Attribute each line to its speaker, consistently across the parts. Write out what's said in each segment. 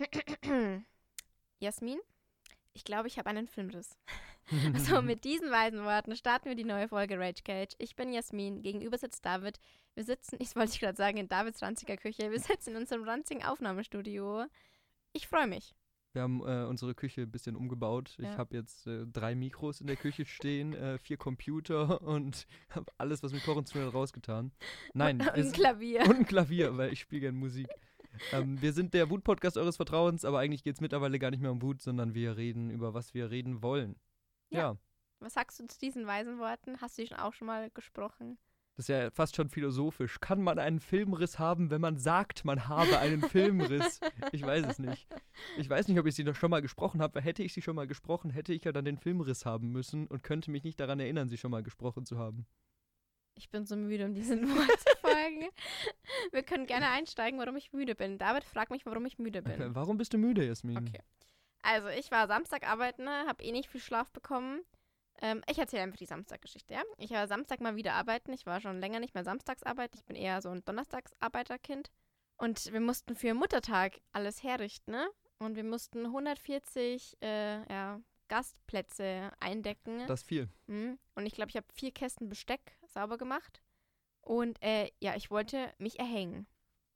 Speaker 1: Jasmin, ich glaube, ich habe einen Filmriss. Also
Speaker 2: Mhm.
Speaker 1: mit diesen weisen Worten starten wir die neue Folge Rage Cage. Ich bin Jasmin, gegenüber sitzt David. Wir sitzen, ich wollte ich gerade sagen, in Davids ranziger Küche. Wir sitzen in unserem ranzigen Aufnahmestudio. Ich freue mich.
Speaker 2: Wir haben äh, unsere Küche ein bisschen umgebaut. Ich
Speaker 1: Ja.
Speaker 2: habe jetzt äh, drei Mikros in der Küche stehen, äh, vier Computer und habe alles, was mit Kochen zu tun hat, rausgetan. Nein,
Speaker 1: Und
Speaker 2: es-
Speaker 1: ein Klavier.
Speaker 2: und ein Klavier, weil ich spiele gerne Musik. Ähm, wir sind der Wut-Podcast eures Vertrauens, aber eigentlich geht es mittlerweile gar nicht mehr um Wut, sondern wir reden über was wir reden wollen. Ja.
Speaker 1: Ja. Was sagst du zu diesen weisen Worten? Hast du die schon auch schon mal gesprochen?
Speaker 2: das ist ja fast schon philosophisch. Kann man einen Filmriss haben, wenn man sagt, man habe einen Filmriss? Ich weiß es nicht. Ich weiß nicht, ob ich sie noch schon mal gesprochen habe, weil hätte ich sie schon mal gesprochen, hätte ich ja dann den Filmriss haben müssen und könnte mich nicht daran erinnern, sie schon mal gesprochen zu haben.
Speaker 1: Ich bin so müde, um diesen Wort zu folgen. Wir können gerne einsteigen, warum ich müde bin. David fragt mich, warum ich müde bin.
Speaker 2: Warum bist du müde, Jasmin?
Speaker 1: Okay. Also, ich war Samstag arbeiten, habe eh nicht viel Schlaf bekommen. Ähm, ich erzähle einfach die Samstaggeschichte, ja? Ich war Samstag mal wieder arbeiten. Ich war schon länger nicht mehr samstags arbeiten. Ich bin eher so ein Donnerstagsarbeiterkind. Und wir mussten für Muttertag alles herrichten, ne? Und wir mussten 140 äh, ja, Gastplätze eindecken.
Speaker 2: Das viel.
Speaker 1: Mhm. Und ich glaube, ich habe vier Kästen Besteck sauber gemacht. Und äh, ja, ich wollte mich erhängen.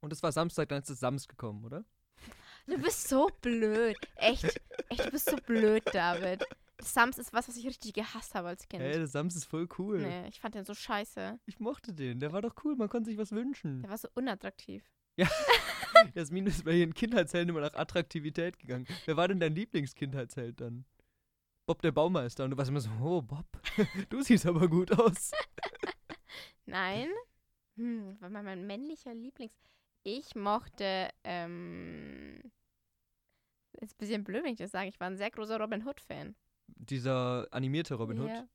Speaker 2: Und es war Samstag, dann ist es Sams gekommen, oder?
Speaker 1: Du bist so blöd. Echt, echt, du bist so blöd, David. Sams ist was, was ich richtig gehasst habe als Kind.
Speaker 2: Ey, der Sams ist voll cool.
Speaker 1: Nee, ich fand den so scheiße.
Speaker 2: Ich mochte den. Der war doch cool. Man konnte sich was wünschen.
Speaker 1: Der war so unattraktiv.
Speaker 2: Jasmin ist bei ihren Kindheitshelden immer nach Attraktivität gegangen. Wer war denn dein Lieblingskindheitsheld dann? Bob der Baumeister. Und du warst immer so, oh Bob, du siehst aber gut aus.
Speaker 1: Nein? Hm, war mal mein männlicher Lieblings. Ich mochte, ähm. Ist ein bisschen blöd, wenn ich das sage. Ich war ein sehr großer Robin Hood-Fan.
Speaker 2: Dieser animierte Robin Hood,
Speaker 1: Ja,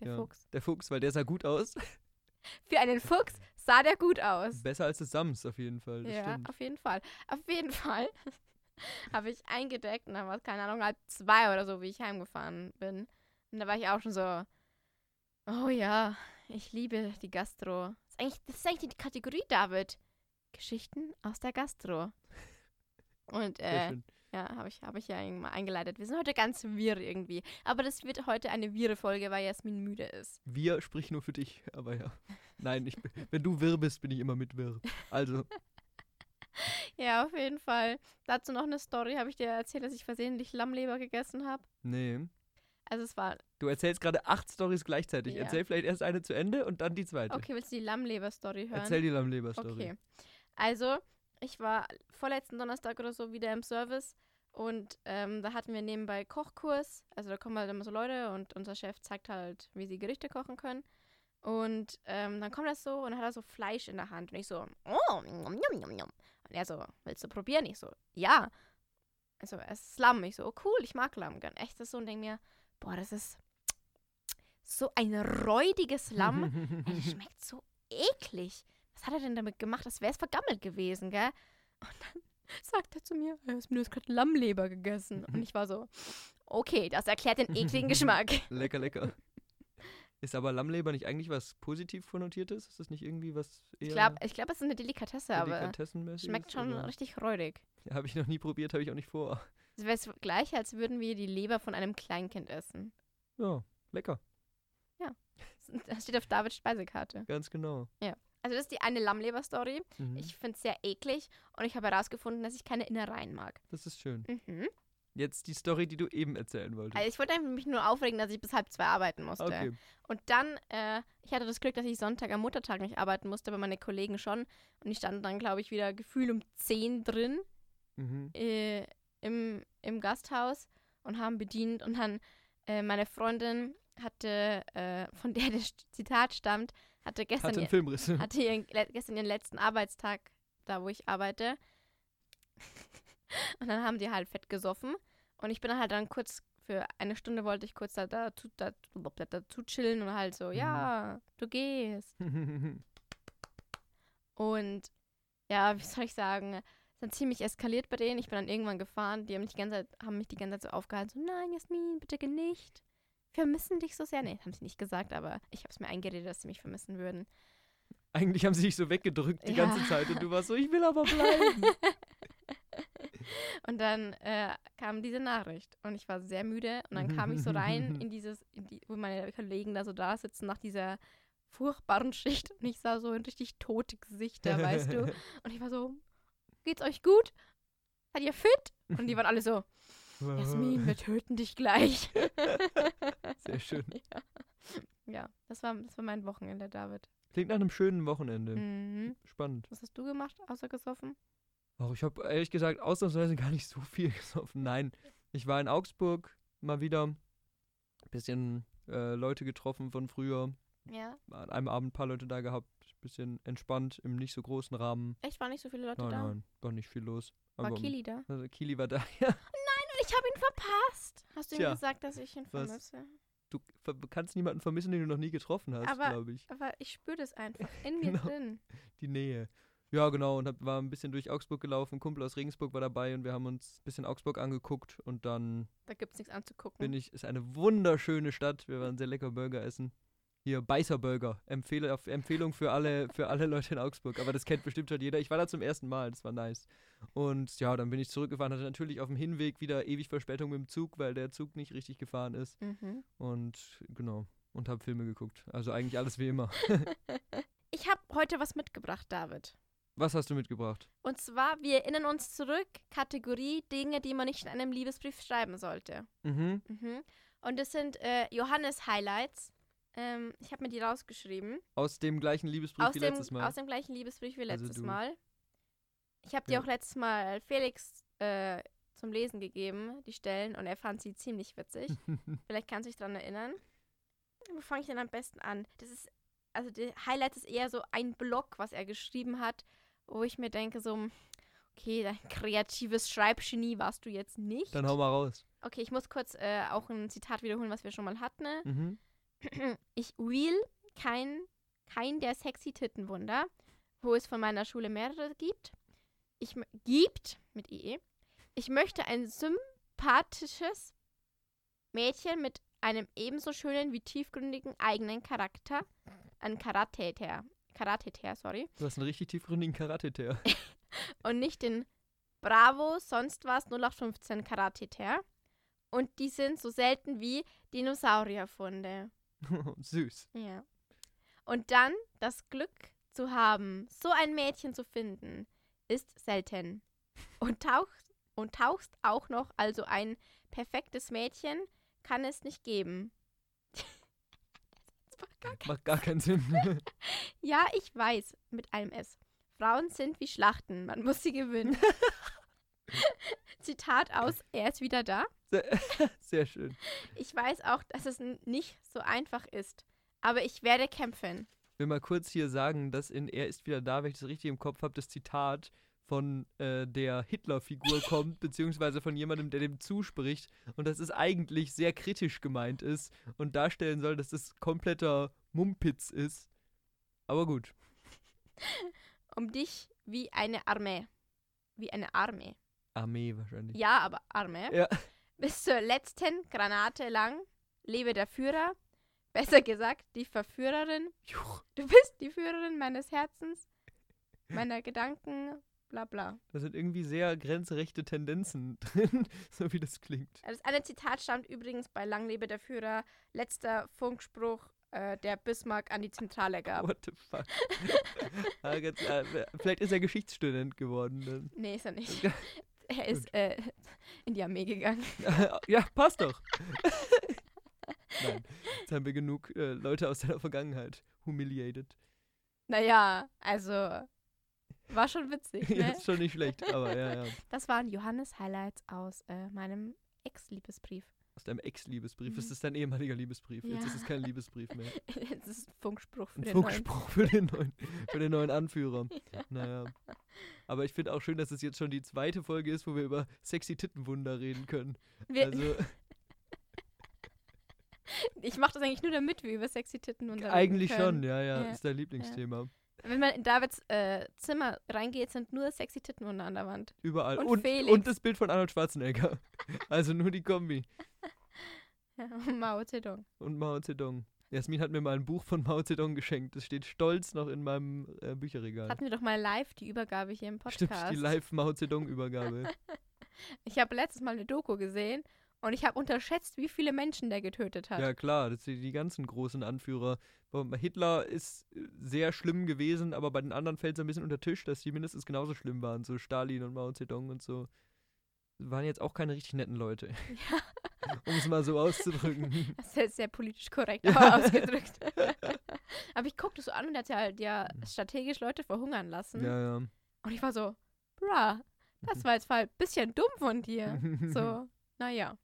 Speaker 1: der
Speaker 2: Ja.
Speaker 1: Fuchs.
Speaker 2: der Fuchs, weil der sah gut aus.
Speaker 1: Für einen Fuchs sah der gut aus.
Speaker 2: Besser als das Sams auf jeden Fall. Das
Speaker 1: Ja,
Speaker 2: stimmt.
Speaker 1: auf jeden Fall. Auf jeden Fall habe ich eingedeckt und dann war es, keine Ahnung, halb zwei oder so, wie ich heimgefahren bin. Und da war ich auch schon so, oh ja, ich liebe die Gastro. Das ist eigentlich, das ist eigentlich die Kategorie, David. Geschichten aus der Gastro. Und
Speaker 2: Sehr
Speaker 1: äh,
Speaker 2: schön.
Speaker 1: ja, habe ich, hab ich ja mal eingeleitet. Wir sind heute ganz wirr irgendwie. Aber das wird heute eine wirre Folge, weil Jasmin müde ist.
Speaker 2: Wir sprich nur für dich, aber ja. Nein, ich, bin- wenn du wirr bist, bin ich immer mit wirr. Also,
Speaker 1: Ja, auf jeden Fall. Dazu noch eine Story. Habe ich dir erzählt, dass ich versehentlich Lammleber gegessen habe?
Speaker 2: nee.
Speaker 1: Also es war
Speaker 2: Du erzählst gerade acht Stories gleichzeitig.
Speaker 1: Ja.
Speaker 2: Erzähl vielleicht erst eine zu Ende und dann die zweite.
Speaker 1: Okay, willst du die Lammleber-Story hören?
Speaker 2: Erzähl die Lammleber-Story.
Speaker 1: Okay. Also, ich war vorletzten Donnerstag oder so wieder im Service und ähm, da hatten wir nebenbei Kochkurs. Also da kommen halt immer so Leute und unser Chef zeigt halt, wie sie Gerichte kochen können. Und ähm, dann kommt das so und dann hat er so Fleisch in der Hand. Und ich so, oh, nom, nom, nom, nom. Und er so, willst du probieren? Ich so, ja. Also es ist Lamm. Ich so, oh cool, ich mag Lamm gern. Echtes so und denke mir, boah, das ist so ein räudiges Lamm. Ey, das Also, schmeckt so eklig. Was hat er denn damit gemacht? Das wäre es vergammelt gewesen, gell? Und dann sagt er zu mir, er hat mir das gerade Lammleber gegessen.
Speaker 2: Mhm.
Speaker 1: Und ich war so, okay, das erklärt den ekligen Geschmack.
Speaker 2: Lecker, lecker. Ist aber Lammleber nicht eigentlich was positiv konnotiertes? Ist das nicht irgendwie was eher
Speaker 1: Ich glaube, ich glaub, es ist eine Delikatesse, aber
Speaker 2: Delikatessenmäßiges?
Speaker 1: schmeckt schon
Speaker 2: oder?
Speaker 1: richtig räudig.
Speaker 2: Ja, habe ich noch nie probiert, habe ich auch nicht vor.
Speaker 1: Es wäre das gleiche, als würden wir die Leber von einem Kleinkind essen.
Speaker 2: Ja, lecker,
Speaker 1: Das steht auf Davids Speisekarte.
Speaker 2: ganz genau.
Speaker 1: Also das ist die eine Lammleber-Story.
Speaker 2: Mhm.
Speaker 1: Ich finde es sehr eklig und ich habe herausgefunden, dass ich keine Innereien mag.
Speaker 2: das ist schön.
Speaker 1: Mhm.
Speaker 2: Jetzt die Story, die du eben erzählen wolltest.
Speaker 1: Also ich wollte einfach mich nur aufregen, dass ich bis halb zwei arbeiten musste.
Speaker 2: okay.
Speaker 1: Und dann, äh, ich hatte das Glück, dass ich Sonntag am Muttertag nicht arbeiten musste, aber meine Kollegen schon. Und ich stand dann, glaube ich, wieder gefühlt um 10 drin
Speaker 2: Mhm.
Speaker 1: äh, im, im Gasthaus und haben bedient. Und dann äh, meine Freundin hatte, äh, von der das Zitat stammt, hatte gestern,
Speaker 2: Hatte einen
Speaker 1: ihr-
Speaker 2: Filmriss.
Speaker 1: hatte ihren, le- gestern ihren letzten Arbeitstag da, wo ich arbeite. und dann haben die halt fett gesoffen. Und ich bin dann halt dann kurz, für eine Stunde wollte ich kurz da, dazu, da, da, dazu chillen und halt so,
Speaker 2: Mhm.
Speaker 1: ja, du gehst. Und ja, wie soll ich sagen, ist dann ziemlich eskaliert bei denen. Ich bin dann irgendwann gefahren. Die haben mich die ganze Zeit, haben mich die ganze Zeit so aufgehalten, so, nein, Jasmin, bitte geh nicht. Wir vermissen dich so sehr. Nee, haben sie nicht gesagt, aber ich habe es mir eingeredet, dass sie mich vermissen würden.
Speaker 2: eigentlich haben sie dich so weggedrückt die
Speaker 1: Ja.
Speaker 2: ganze Zeit und du warst so, ich will aber bleiben.
Speaker 1: Und dann äh, kam diese Nachricht und ich war sehr müde und dann kam ich so rein in dieses, in die, wo meine Kollegen da so da sitzen nach dieser furchtbaren Schicht und ich sah so ein richtig tote Gesichter, weißt du. Und ich war so, geht's euch gut? Seid ihr fit? Und die waren alle so, Jasmin, wir töten dich gleich.
Speaker 2: Sehr schön.
Speaker 1: ja. ja, das war, das war mein Wochenende, David.
Speaker 2: Klingt nach einem schönen Wochenende.
Speaker 1: Mhm.
Speaker 2: Spannend.
Speaker 1: Was hast du gemacht, außer gesoffen?
Speaker 2: Auch ich habe ehrlich gesagt ausnahmsweise gar nicht so viel gesoffen. Nein, ich war in Augsburg mal wieder. Bisschen äh, Leute getroffen von früher.
Speaker 1: Ja.
Speaker 2: An einem Abend ein paar Leute da gehabt. Bisschen entspannt im nicht so großen Rahmen.
Speaker 1: Echt, waren nicht so viele Leute
Speaker 2: Nein,
Speaker 1: da?
Speaker 2: nein, war nicht viel los.
Speaker 1: War
Speaker 2: Aber-
Speaker 1: Kili da?
Speaker 2: Also Kili war da. Ja,
Speaker 1: Ich habe ihn verpasst. Hast du ihm
Speaker 2: Tja,
Speaker 1: gesagt, dass ich ihn
Speaker 2: was?
Speaker 1: vermisse?
Speaker 2: du ver- kannst niemanden vermissen, den du noch nie getroffen hast,
Speaker 1: Aber-
Speaker 2: glaube ich.
Speaker 1: Aber ich spüre das einfach in mir
Speaker 2: Genau.
Speaker 1: drin.
Speaker 2: Die Nähe. Ja, genau. Und hab, war ein bisschen durch Augsburg gelaufen. Ein Kumpel aus Regensburg war dabei und wir haben uns ein bisschen Augsburg angeguckt. Und dann
Speaker 1: Da gibt es nichts anzugucken.
Speaker 2: bin ich, ist eine wunderschöne Stadt. Wir waren sehr lecker Burger essen. Hier, Beißer Burger. Empfehle, auf, Empfehlung für alle, für alle Leute in Augsburg. Aber das kennt bestimmt schon jeder. Ich war da zum ersten Mal, das war nice. Und ja, dann bin ich zurückgefahren. Hatte natürlich auf dem Hinweg wieder ewig Verspätung mit dem Zug, weil der Zug nicht richtig gefahren ist.
Speaker 1: mhm.
Speaker 2: Und genau. Und habe Filme geguckt. Also eigentlich alles wie immer.
Speaker 1: Ich habe heute was mitgebracht, David.
Speaker 2: Was hast du mitgebracht?
Speaker 1: Und zwar, wir erinnern uns zurück, Kategorie Dinge, die man nicht in einem Liebesbrief schreiben sollte.
Speaker 2: Mhm.
Speaker 1: Mhm. Und das sind äh, Johannes-Highlights. Ähm, ich habe mir die rausgeschrieben.
Speaker 2: Aus dem gleichen Liebesbrief
Speaker 1: Aus
Speaker 2: wie
Speaker 1: dem,
Speaker 2: letztes Mal.
Speaker 1: aus dem gleichen Liebesbrief wie
Speaker 2: Also
Speaker 1: letztes
Speaker 2: du.
Speaker 1: Mal. Ich habe dir
Speaker 2: Ja.
Speaker 1: auch letztes Mal Felix äh, zum Lesen gegeben, die Stellen, und er fand sie ziemlich witzig. Vielleicht kannst du dich daran erinnern. Wo fange ich denn am besten an? Das ist, also die Highlights ist eher so ein Blog, was er geschrieben hat, wo ich mir denke, so, hm, okay, dein kreatives Schreibgenie warst du jetzt nicht.
Speaker 2: Dann hau mal raus.
Speaker 1: Okay, ich muss kurz äh, auch ein Zitat wiederholen, was wir schon mal hatten. Ne?
Speaker 2: Mhm.
Speaker 1: Ich will kein, kein der sexy Tittenwunder, wo es von meiner Schule mehrere gibt. Ich mö- gibt mit IE. Ich möchte ein sympathisches Mädchen mit einem ebenso schönen wie tiefgründigen eigenen Charakter, ein Karateter, Karateter, sorry,
Speaker 2: Du hast einen richtig tiefgründigen Karate-Teer.
Speaker 1: und nicht den Bravo, sonst was 0815 Karateter. Und die sind so selten wie Dinosaurierfunde.
Speaker 2: Süß.
Speaker 1: Ja. Und dann das Glück zu haben, so ein Mädchen zu finden, ist selten. Und tauchst, und tauchst auch noch, also ein perfektes Mädchen kann es nicht geben.
Speaker 2: Macht gar keinen Sinn.
Speaker 1: Ja, ich weiß, mit einem S. Frauen sind wie Schlachten, man muss sie gewinnen. Zitat aus, er ist wieder da.
Speaker 2: Sehr, sehr schön.
Speaker 1: Ich weiß auch, dass es n- nicht so einfach ist, aber ich werde kämpfen.
Speaker 2: will mal kurz hier sagen, dass in Er ist wieder da, wenn ich das richtig im Kopf habe, das Zitat von äh, der Hitler-Figur kommt, beziehungsweise von jemandem, der dem zuspricht und dass es eigentlich sehr kritisch gemeint ist und darstellen soll, dass es kompletter Mumpitz ist. Aber gut.
Speaker 1: Um dich wie eine Armee. Wie eine Armee.
Speaker 2: Armee wahrscheinlich.
Speaker 1: Ja, aber Arme.
Speaker 2: Ja.
Speaker 1: Bis zur letzten Granate lang lebe der Führer. Besser gesagt, die Verführerin.
Speaker 2: Juch,
Speaker 1: Du bist die Führerin meines Herzens, meiner Gedanken, bla bla.
Speaker 2: da sind irgendwie sehr grenzrechte Tendenzen drin, so wie das klingt.
Speaker 1: Also Das eine Zitat stammt übrigens bei Lang lebe der Führer, letzter Funkspruch, äh, der Bismarck an die Zentrale gab.
Speaker 2: What the fuck? Ah, ganz, ah, vielleicht ist er Geschichtsstudent geworden. Dann.
Speaker 1: Nee, ist er nicht. Er ist äh, in die Armee gegangen.
Speaker 2: ja, passt doch. Nein, jetzt haben wir genug äh, Leute aus deiner Vergangenheit humiliated.
Speaker 1: Naja, also war schon witzig,
Speaker 2: Ja,
Speaker 1: ne?
Speaker 2: ist schon nicht schlecht, aber ja, ja.
Speaker 1: Das waren Johannes Highlights aus äh, meinem Ex-Liebesbrief.
Speaker 2: Aus deinem Ex-Liebesbrief. Es
Speaker 1: Mhm.
Speaker 2: ist dein ehemaliger Liebesbrief. Jetzt
Speaker 1: Ja.
Speaker 2: ist es kein Liebesbrief mehr.
Speaker 1: Jetzt ist ein Funkspruch für
Speaker 2: Ein
Speaker 1: den neuen.
Speaker 2: Funkspruch für den neuen, für den neuen Anführer. Naja. Aber ich finde auch schön, dass es jetzt schon die zweite Folge ist, wo wir über sexy Tittenwunder reden können.
Speaker 1: Wir,
Speaker 2: Also
Speaker 1: ich mache das eigentlich nur, damit wir über sexy Titten und
Speaker 2: eigentlich schon, ja, ja,
Speaker 1: Ja,
Speaker 2: Ist dein Lieblingsthema.
Speaker 1: Wenn man in Davids äh, Zimmer reingeht, sind nur sexy Titten unter an der Wand.
Speaker 2: Überall.
Speaker 1: Und
Speaker 2: Und, und,
Speaker 1: Felix.
Speaker 2: das Bild von Arnold Schwarzenegger. Also nur die Kombi.
Speaker 1: Ja, Mao Zedong.
Speaker 2: Und Mao Zedong. Jasmin hat mir mal ein Buch von Mao Zedong geschenkt. Das steht stolz noch in meinem äh, Bücherregal.
Speaker 1: Hatten wir doch mal live die Übergabe hier im Podcast.
Speaker 2: Stimmt, die Live-Mao Zedong-Übergabe.
Speaker 1: Ich habe letztes Mal eine Doku gesehen und ich habe unterschätzt, wie viele Menschen der getötet hat.
Speaker 2: Ja, klar, das sind die ganzen großen Anführer. Bei Hitler ist äh, sehr schlimm gewesen, aber bei den anderen fällt es ein bisschen unter den Tisch, dass die mindestens genauso schlimm waren. So Stalin und Mao Zedong und so. Waren jetzt auch keine richtig netten Leute. Um es mal so auszudrücken.
Speaker 1: Das ist jetzt sehr politisch korrekt
Speaker 2: Ja.
Speaker 1: aber ausgedrückt. aber ich guckte so an und er hat ja halt ja strategisch Leute verhungern lassen.
Speaker 2: Hm. ja, ja.
Speaker 1: Und ich war so, bruh, das war jetzt mal ein bisschen dumm von dir. So, naja.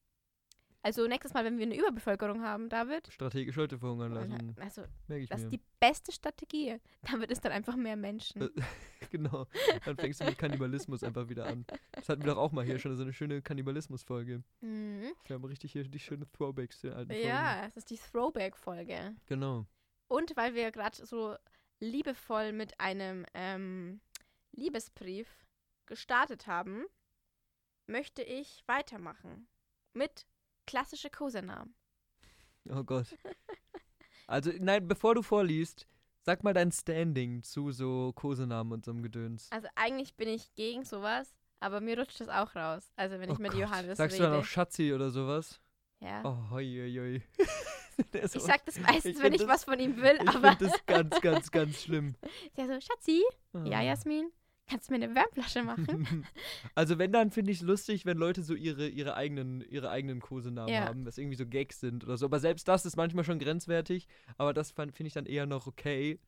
Speaker 1: Also nächstes Mal, wenn wir eine Überbevölkerung haben, David,
Speaker 2: Strategisch Leute verhungern lassen.
Speaker 1: also
Speaker 2: Merke ich
Speaker 1: das
Speaker 2: mir.
Speaker 1: ist die beste Strategie. Damit ist dann einfach mehr Menschen.
Speaker 2: genau. Dann fängst du mit Kannibalismus einfach wieder an. Das hatten wir doch auch mal hier schon, so eine schöne Kannibalismus-Folge.
Speaker 1: Mhm.
Speaker 2: Wir haben richtig hier die schönen Throwbacks der alten Folgen.
Speaker 1: Ja, es ist die Throwback-Folge.
Speaker 2: Genau.
Speaker 1: Und weil wir gerade so liebevoll mit einem ähm, Liebesbrief gestartet haben, möchte ich weitermachen mit klassische Kosenamen.
Speaker 2: Oh Gott. Also, nein, bevor du vorliest, sag mal dein Standing zu so Kosenamen und so einem Gedöns.
Speaker 1: Also eigentlich bin ich gegen sowas, aber mir rutscht das auch raus. Also wenn ich
Speaker 2: oh
Speaker 1: mit
Speaker 2: Gott.
Speaker 1: Johannes
Speaker 2: Sagst
Speaker 1: rede.
Speaker 2: du dann auch Schatzi oder sowas?
Speaker 1: ja.
Speaker 2: Oh, hoi, hoi, hoi. Der ist
Speaker 1: ich
Speaker 2: auch-
Speaker 1: sag das meistens,
Speaker 2: ich
Speaker 1: wenn
Speaker 2: find
Speaker 1: ich
Speaker 2: das-
Speaker 1: was von ihm will,
Speaker 2: ich
Speaker 1: aber
Speaker 2: finde das ganz, ganz, ganz schlimm.
Speaker 1: ja so, Schatzi, ja,
Speaker 2: Ah.
Speaker 1: Jasmin, kannst du mir eine Wärmflasche machen?
Speaker 2: Also wenn, dann finde ich es lustig, wenn Leute so ihre, ihre eigenen, ihre eigenen Kosenamen
Speaker 1: Ja.
Speaker 2: haben, was irgendwie so Gags sind oder so. Aber selbst das ist manchmal schon grenzwertig, aber das fan- finde ich dann eher noch okay.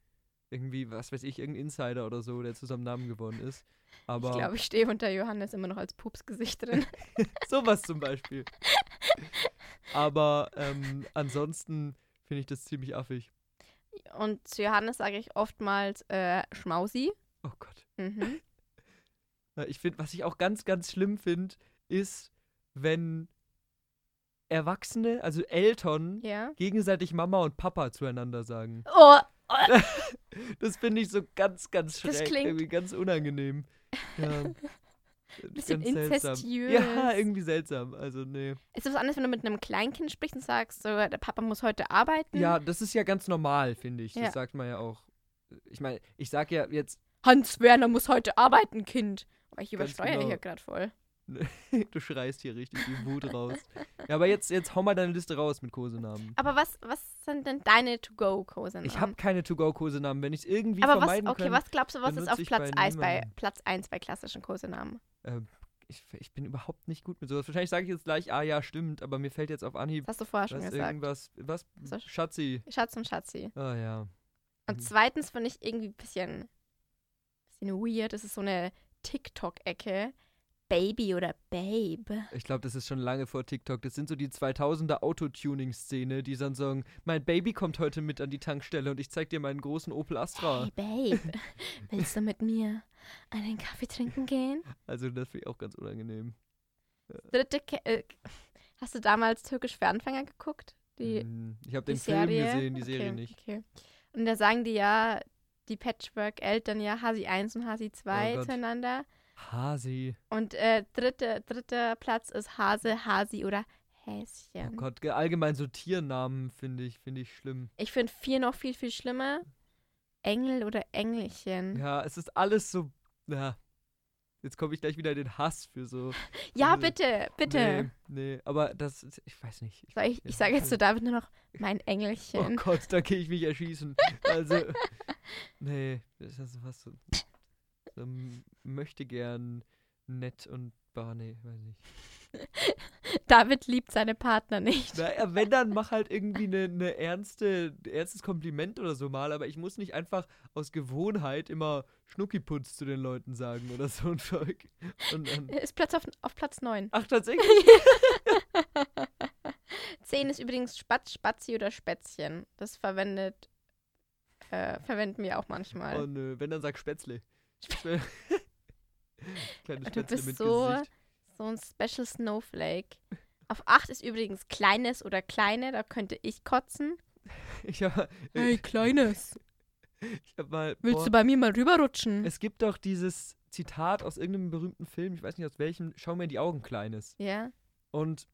Speaker 2: Irgendwie, was weiß ich, irgendein Insider oder so, der zu seinem Namen geworden ist.
Speaker 1: ich
Speaker 2: Aber
Speaker 1: glaube, ich stehe unter Johannes immer noch als Pupsgesicht drin.
Speaker 2: sowas zum Beispiel. Aber ähm, ansonsten finde ich das ziemlich affig.
Speaker 1: Und zu Johannes sage ich oftmals äh, Schmausi.
Speaker 2: Oh Gott.
Speaker 1: Mhm.
Speaker 2: Ja, Ich finde, was ich auch ganz, ganz schlimm finde, ist, wenn Erwachsene, also Eltern,
Speaker 1: Ja.
Speaker 2: gegenseitig Mama und Papa zueinander sagen.
Speaker 1: Oh,
Speaker 2: Das finde ich so ganz, ganz schräg.
Speaker 1: Das klingt-
Speaker 2: irgendwie ganz unangenehm. Ja. Äh,
Speaker 1: bisschen inzestiös.
Speaker 2: Ja, irgendwie seltsam. Also, nee.
Speaker 1: ist das was anderes, wenn du mit einem Kleinkind sprichst und sagst, so, der Papa muss heute arbeiten?
Speaker 2: Ja, das ist ja ganz normal, finde ich.
Speaker 1: Hm. Ja.
Speaker 2: Das sagt man ja auch. Ich meine, ich sage ja jetzt,
Speaker 1: Hans Werner muss heute arbeiten, Kind. Oh, ich
Speaker 2: Ganz
Speaker 1: übersteuere
Speaker 2: genau.
Speaker 1: hier gerade voll.
Speaker 2: du schreist hier richtig die Wut raus. Ja, aber jetzt, jetzt hau mal deine Liste raus mit Kosenamen.
Speaker 1: Aber was, was sind denn deine To-Go-Kosenamen?
Speaker 2: Ich habe keine To-Go-Kosenamen. Wenn ich es irgendwie
Speaker 1: Ähm, Aber was,
Speaker 2: vermeiden
Speaker 1: okay,
Speaker 2: könnte.
Speaker 1: was glaubst du, was ist
Speaker 2: benutze
Speaker 1: auf
Speaker 2: ich
Speaker 1: Platz
Speaker 2: bei
Speaker 1: 1 bei,
Speaker 2: niemandem.
Speaker 1: Platz eins bei klassischen Kosenamen?
Speaker 2: Ich, ich bin überhaupt nicht gut mit sowas. Wahrscheinlich sage ich jetzt gleich, ah ja, stimmt, aber mir fällt jetzt auf Anhieb
Speaker 1: Das hast du vorher schon
Speaker 2: was,
Speaker 1: gesagt.
Speaker 2: irgendwas. Was?
Speaker 1: So-
Speaker 2: Schatzi.
Speaker 1: Schatz und Schatzi.
Speaker 2: Ah ja. Mhm.
Speaker 1: Und zweitens finde ich irgendwie ein bisschen, bisschen weird. Das ist so eine TikTok-Ecke. Baby oder Babe.
Speaker 2: Ich glaube, das ist schon lange vor TikTok. Das sind so die 2000er Autotuning-Szene, die dann sagen, mein Baby kommt heute mit an die Tankstelle und ich zeig dir meinen großen Opel Astra.
Speaker 1: Hey Babe, willst du mit mir einen Kaffee trinken gehen?
Speaker 2: Also das finde ich auch ganz unangenehm.
Speaker 1: Dritte Ke äh, hast du damals Türkisch für Anfänger geguckt? Die,
Speaker 2: Mhm. ich habe
Speaker 1: die
Speaker 2: den
Speaker 1: Serie?
Speaker 2: Film gesehen, die
Speaker 1: okay,
Speaker 2: Serie nicht.
Speaker 1: Okay. Und da sagen die ja, die Patchwork-Eltern ja Hasi 1 und Hasi 2
Speaker 2: Oh Gott.
Speaker 1: zueinander.
Speaker 2: Hasi.
Speaker 1: Und äh, dritte, dritter Platz ist Hase, Hasi oder
Speaker 2: Oh
Speaker 1: Häschen.
Speaker 2: Gott, ge- allgemein so Tiernamen finde ich, finde ich schlimm.
Speaker 1: ich finde vier noch viel, viel schlimmer. Engel oder Engelchen.
Speaker 2: Ja, es ist alles so. Ja. Jetzt komme ich gleich wieder in den Hass für so.
Speaker 1: Ja,
Speaker 2: Nee.
Speaker 1: bitte, bitte.
Speaker 2: also, Nee, nee, aber das ist, ich weiß nicht. Ich,
Speaker 1: Soll ich ich sage jetzt zu David nur noch, mein Engelchen.
Speaker 2: Oh Gott, da gehe ich mich erschießen. Also, nee, das ist fast so, so m- möchte gern nett und, bah, nee, weiß nicht.
Speaker 1: David liebt seine Partner nicht.
Speaker 2: Na, ja, wenn, dann mach halt irgendwie eine ne ernste, ernstes Kompliment oder so mal, aber ich muss nicht einfach aus Gewohnheit immer Schnuckiputz zu den Leuten sagen oder so ein Zeug. Und dann,
Speaker 1: Er ist Platz auf, auf Platz 9.
Speaker 2: ach, tatsächlich?
Speaker 1: 10 ist übrigens Spatz, Spatzi oder Spätzchen. Das verwendet, äh, verwenden wir auch manchmal.
Speaker 2: Oh, nö, wenn, dann sag Spätzle. Kleine
Speaker 1: Du
Speaker 2: Spätzle
Speaker 1: bist
Speaker 2: mit
Speaker 1: so-
Speaker 2: Gesicht.
Speaker 1: So ein Special Snowflake. Auf 8 ist übrigens Kleines oder Kleine, da könnte ich kotzen.
Speaker 2: Ich habe
Speaker 1: Kleines,
Speaker 2: ich hab mal. boah.
Speaker 1: bei mir mal rüberrutschen?
Speaker 2: Es gibt doch dieses Zitat aus irgendeinem berühmten Film, ich weiß nicht aus welchem, schau mir in die Augen, Kleines.
Speaker 1: Ja,
Speaker 2: Und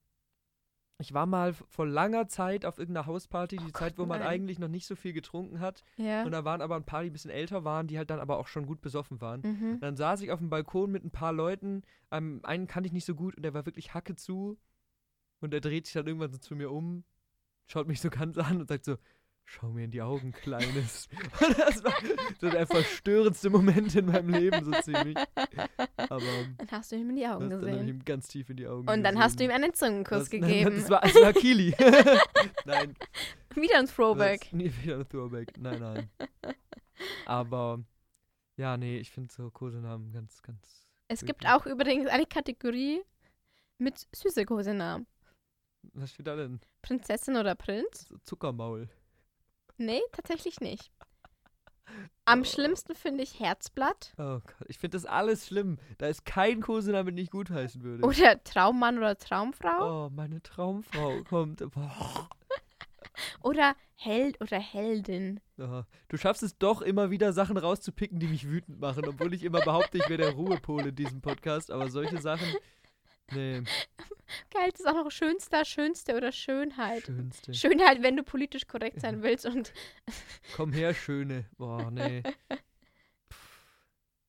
Speaker 2: Ich war mal f- vor langer Zeit auf irgendeiner Hausparty, die
Speaker 1: Oh
Speaker 2: Zeit,
Speaker 1: Gott,
Speaker 2: wo man
Speaker 1: nein.
Speaker 2: eigentlich noch nicht so viel getrunken hat.
Speaker 1: Ja.
Speaker 2: Und da waren aber ein paar, die ein bisschen älter waren, die halt dann aber auch schon gut besoffen waren.
Speaker 1: Mhm.
Speaker 2: Dann saß ich auf dem Balkon mit ein paar Leuten. Ähm, einen kannte ich nicht so gut und der war wirklich Hacke zu. Und der dreht sich dann irgendwann so zu mir um, schaut mich so ganz an und sagt so: Schau mir in die Augen, Kleines. und das war so der verstörendste Moment in meinem Leben, so ziemlich. Aber ähm,
Speaker 1: Dann hast du ihm in die Augen
Speaker 2: das, dann habe ich
Speaker 1: gesehen.
Speaker 2: ihm ganz tief in die Augen
Speaker 1: Und dann hast du ihm einen Zungenkuss
Speaker 2: das,
Speaker 1: gegeben.
Speaker 2: Das war, das war Kili. nein,
Speaker 1: Wieder ein Throwback.
Speaker 2: das- Nee, wieder ein Throwback. Nein, nein. Aber ja, nee, ich finde so Kosenamen ganz, ganz.
Speaker 1: Es gibt
Speaker 2: wirklich.
Speaker 1: auch übrigens eine Kategorie mit süße Kosenamen.
Speaker 2: Was steht da denn?
Speaker 1: Prinzessin oder Prinz?
Speaker 2: Z- Zuckermaul.
Speaker 1: Nee, tatsächlich nicht. Am
Speaker 2: Oh.
Speaker 1: schlimmsten finde ich Herzblatt
Speaker 2: Oh Gott, ich finde das alles schlimm. Da ist kein Kosename, den ich gutheißen würde.
Speaker 1: oder Traummann oder Traumfrau
Speaker 2: Oh, meine Traumfrau kommt. Boah. Oh.
Speaker 1: oder Held oder Heldin.
Speaker 2: Oh. Du schaffst es doch immer wieder, Sachen rauszupicken, die mich wütend machen, obwohl ich immer behaupte, ich wäre der Ruhepol in diesem Podcast. Aber solche Sachen. Nee,
Speaker 1: Geil, das ist auch noch schönster, schönste oder Schönheit.
Speaker 2: schönste.
Speaker 1: Schönheit, wenn du politisch korrekt sein willst und
Speaker 2: Komm her, Schöne. Boah, nee.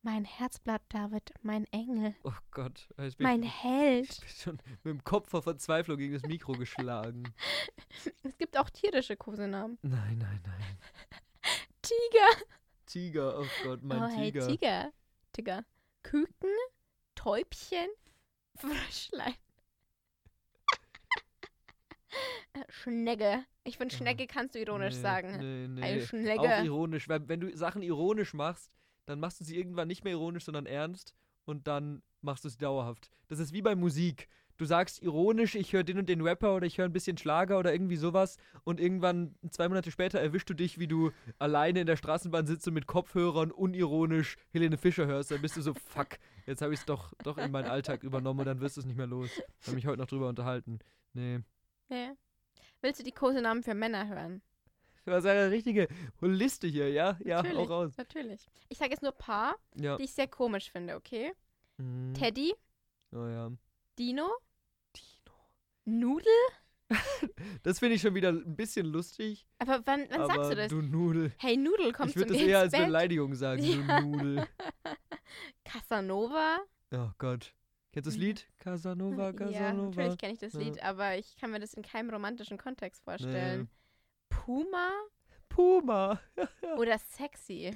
Speaker 1: mein Herzblatt, David, mein Engel,
Speaker 2: Oh Gott. Jetzt bin
Speaker 1: mein
Speaker 2: ich,
Speaker 1: Held.
Speaker 2: ich bin schon mit dem Kopf vor Verzweiflung gegen das Mikro geschlagen.
Speaker 1: Es gibt auch tierische Kosenamen.
Speaker 2: Nein, nein, nein.
Speaker 1: Tiger.
Speaker 2: Tiger, oh Gott, mein
Speaker 1: oh,
Speaker 2: Tiger.
Speaker 1: hey, Tiger. Tiger. Küken, Täubchen, Fröschlein. Äh, Schnecke. Ich finde,
Speaker 2: Ah,
Speaker 1: Schnecke kannst du ironisch
Speaker 2: Nee,
Speaker 1: sagen.
Speaker 2: Nee, nee.
Speaker 1: Eine
Speaker 2: Auch
Speaker 1: Schnecke.
Speaker 2: ironisch. Weil wenn du Sachen ironisch machst, dann machst du sie irgendwann nicht mehr ironisch, sondern ernst und dann machst du es dauerhaft. Das ist wie bei Musik. Du sagst ironisch, ich höre den und den Rapper oder ich höre ein bisschen Schlager oder irgendwie sowas und irgendwann zwei Monate später erwischst du dich, wie du alleine in der Straßenbahn sitzt und mit Kopfhörern unironisch Helene Fischer hörst. Dann bist du so, fuck, jetzt habe ich es doch, doch in meinen Alltag übernommen und dann wirst du es nicht mehr los. Ich habe mich heute noch drüber unterhalten. Nee.
Speaker 1: Nee. Willst du die Kosenamen für Männer hören?
Speaker 2: Das ist eine richtige Liste hier, ja? Ja,
Speaker 1: Natürlich.
Speaker 2: auch raus.
Speaker 1: Natürlich. Ich sage jetzt nur Paar,
Speaker 2: Ja.
Speaker 1: die ich sehr komisch finde, okay?
Speaker 2: Mhm.
Speaker 1: Teddy,
Speaker 2: Oh ja.
Speaker 1: Dino,
Speaker 2: Dino.
Speaker 1: Nudel.
Speaker 2: Das finde ich schon wieder ein bisschen lustig.
Speaker 1: Aber wann, wann
Speaker 2: aber
Speaker 1: sagst du das?
Speaker 2: Du Nudel.
Speaker 1: hey, Nudel, kommst
Speaker 2: ich
Speaker 1: du
Speaker 2: würde
Speaker 1: mit
Speaker 2: das eher
Speaker 1: ins
Speaker 2: als
Speaker 1: Bett?
Speaker 2: Beleidigung sagen,
Speaker 1: Ja.
Speaker 2: du Nudel.
Speaker 1: Casanova.
Speaker 2: Oh Gott. Kennst du das
Speaker 1: Ja.
Speaker 2: Lied? Casanova,
Speaker 1: Ja,
Speaker 2: Casanova.
Speaker 1: natürlich kenne ich das
Speaker 2: Ja.
Speaker 1: Lied, aber ich kann mir das in keinem romantischen Kontext vorstellen.
Speaker 2: Nee.
Speaker 1: Puma
Speaker 2: Puma.
Speaker 1: oder sexy?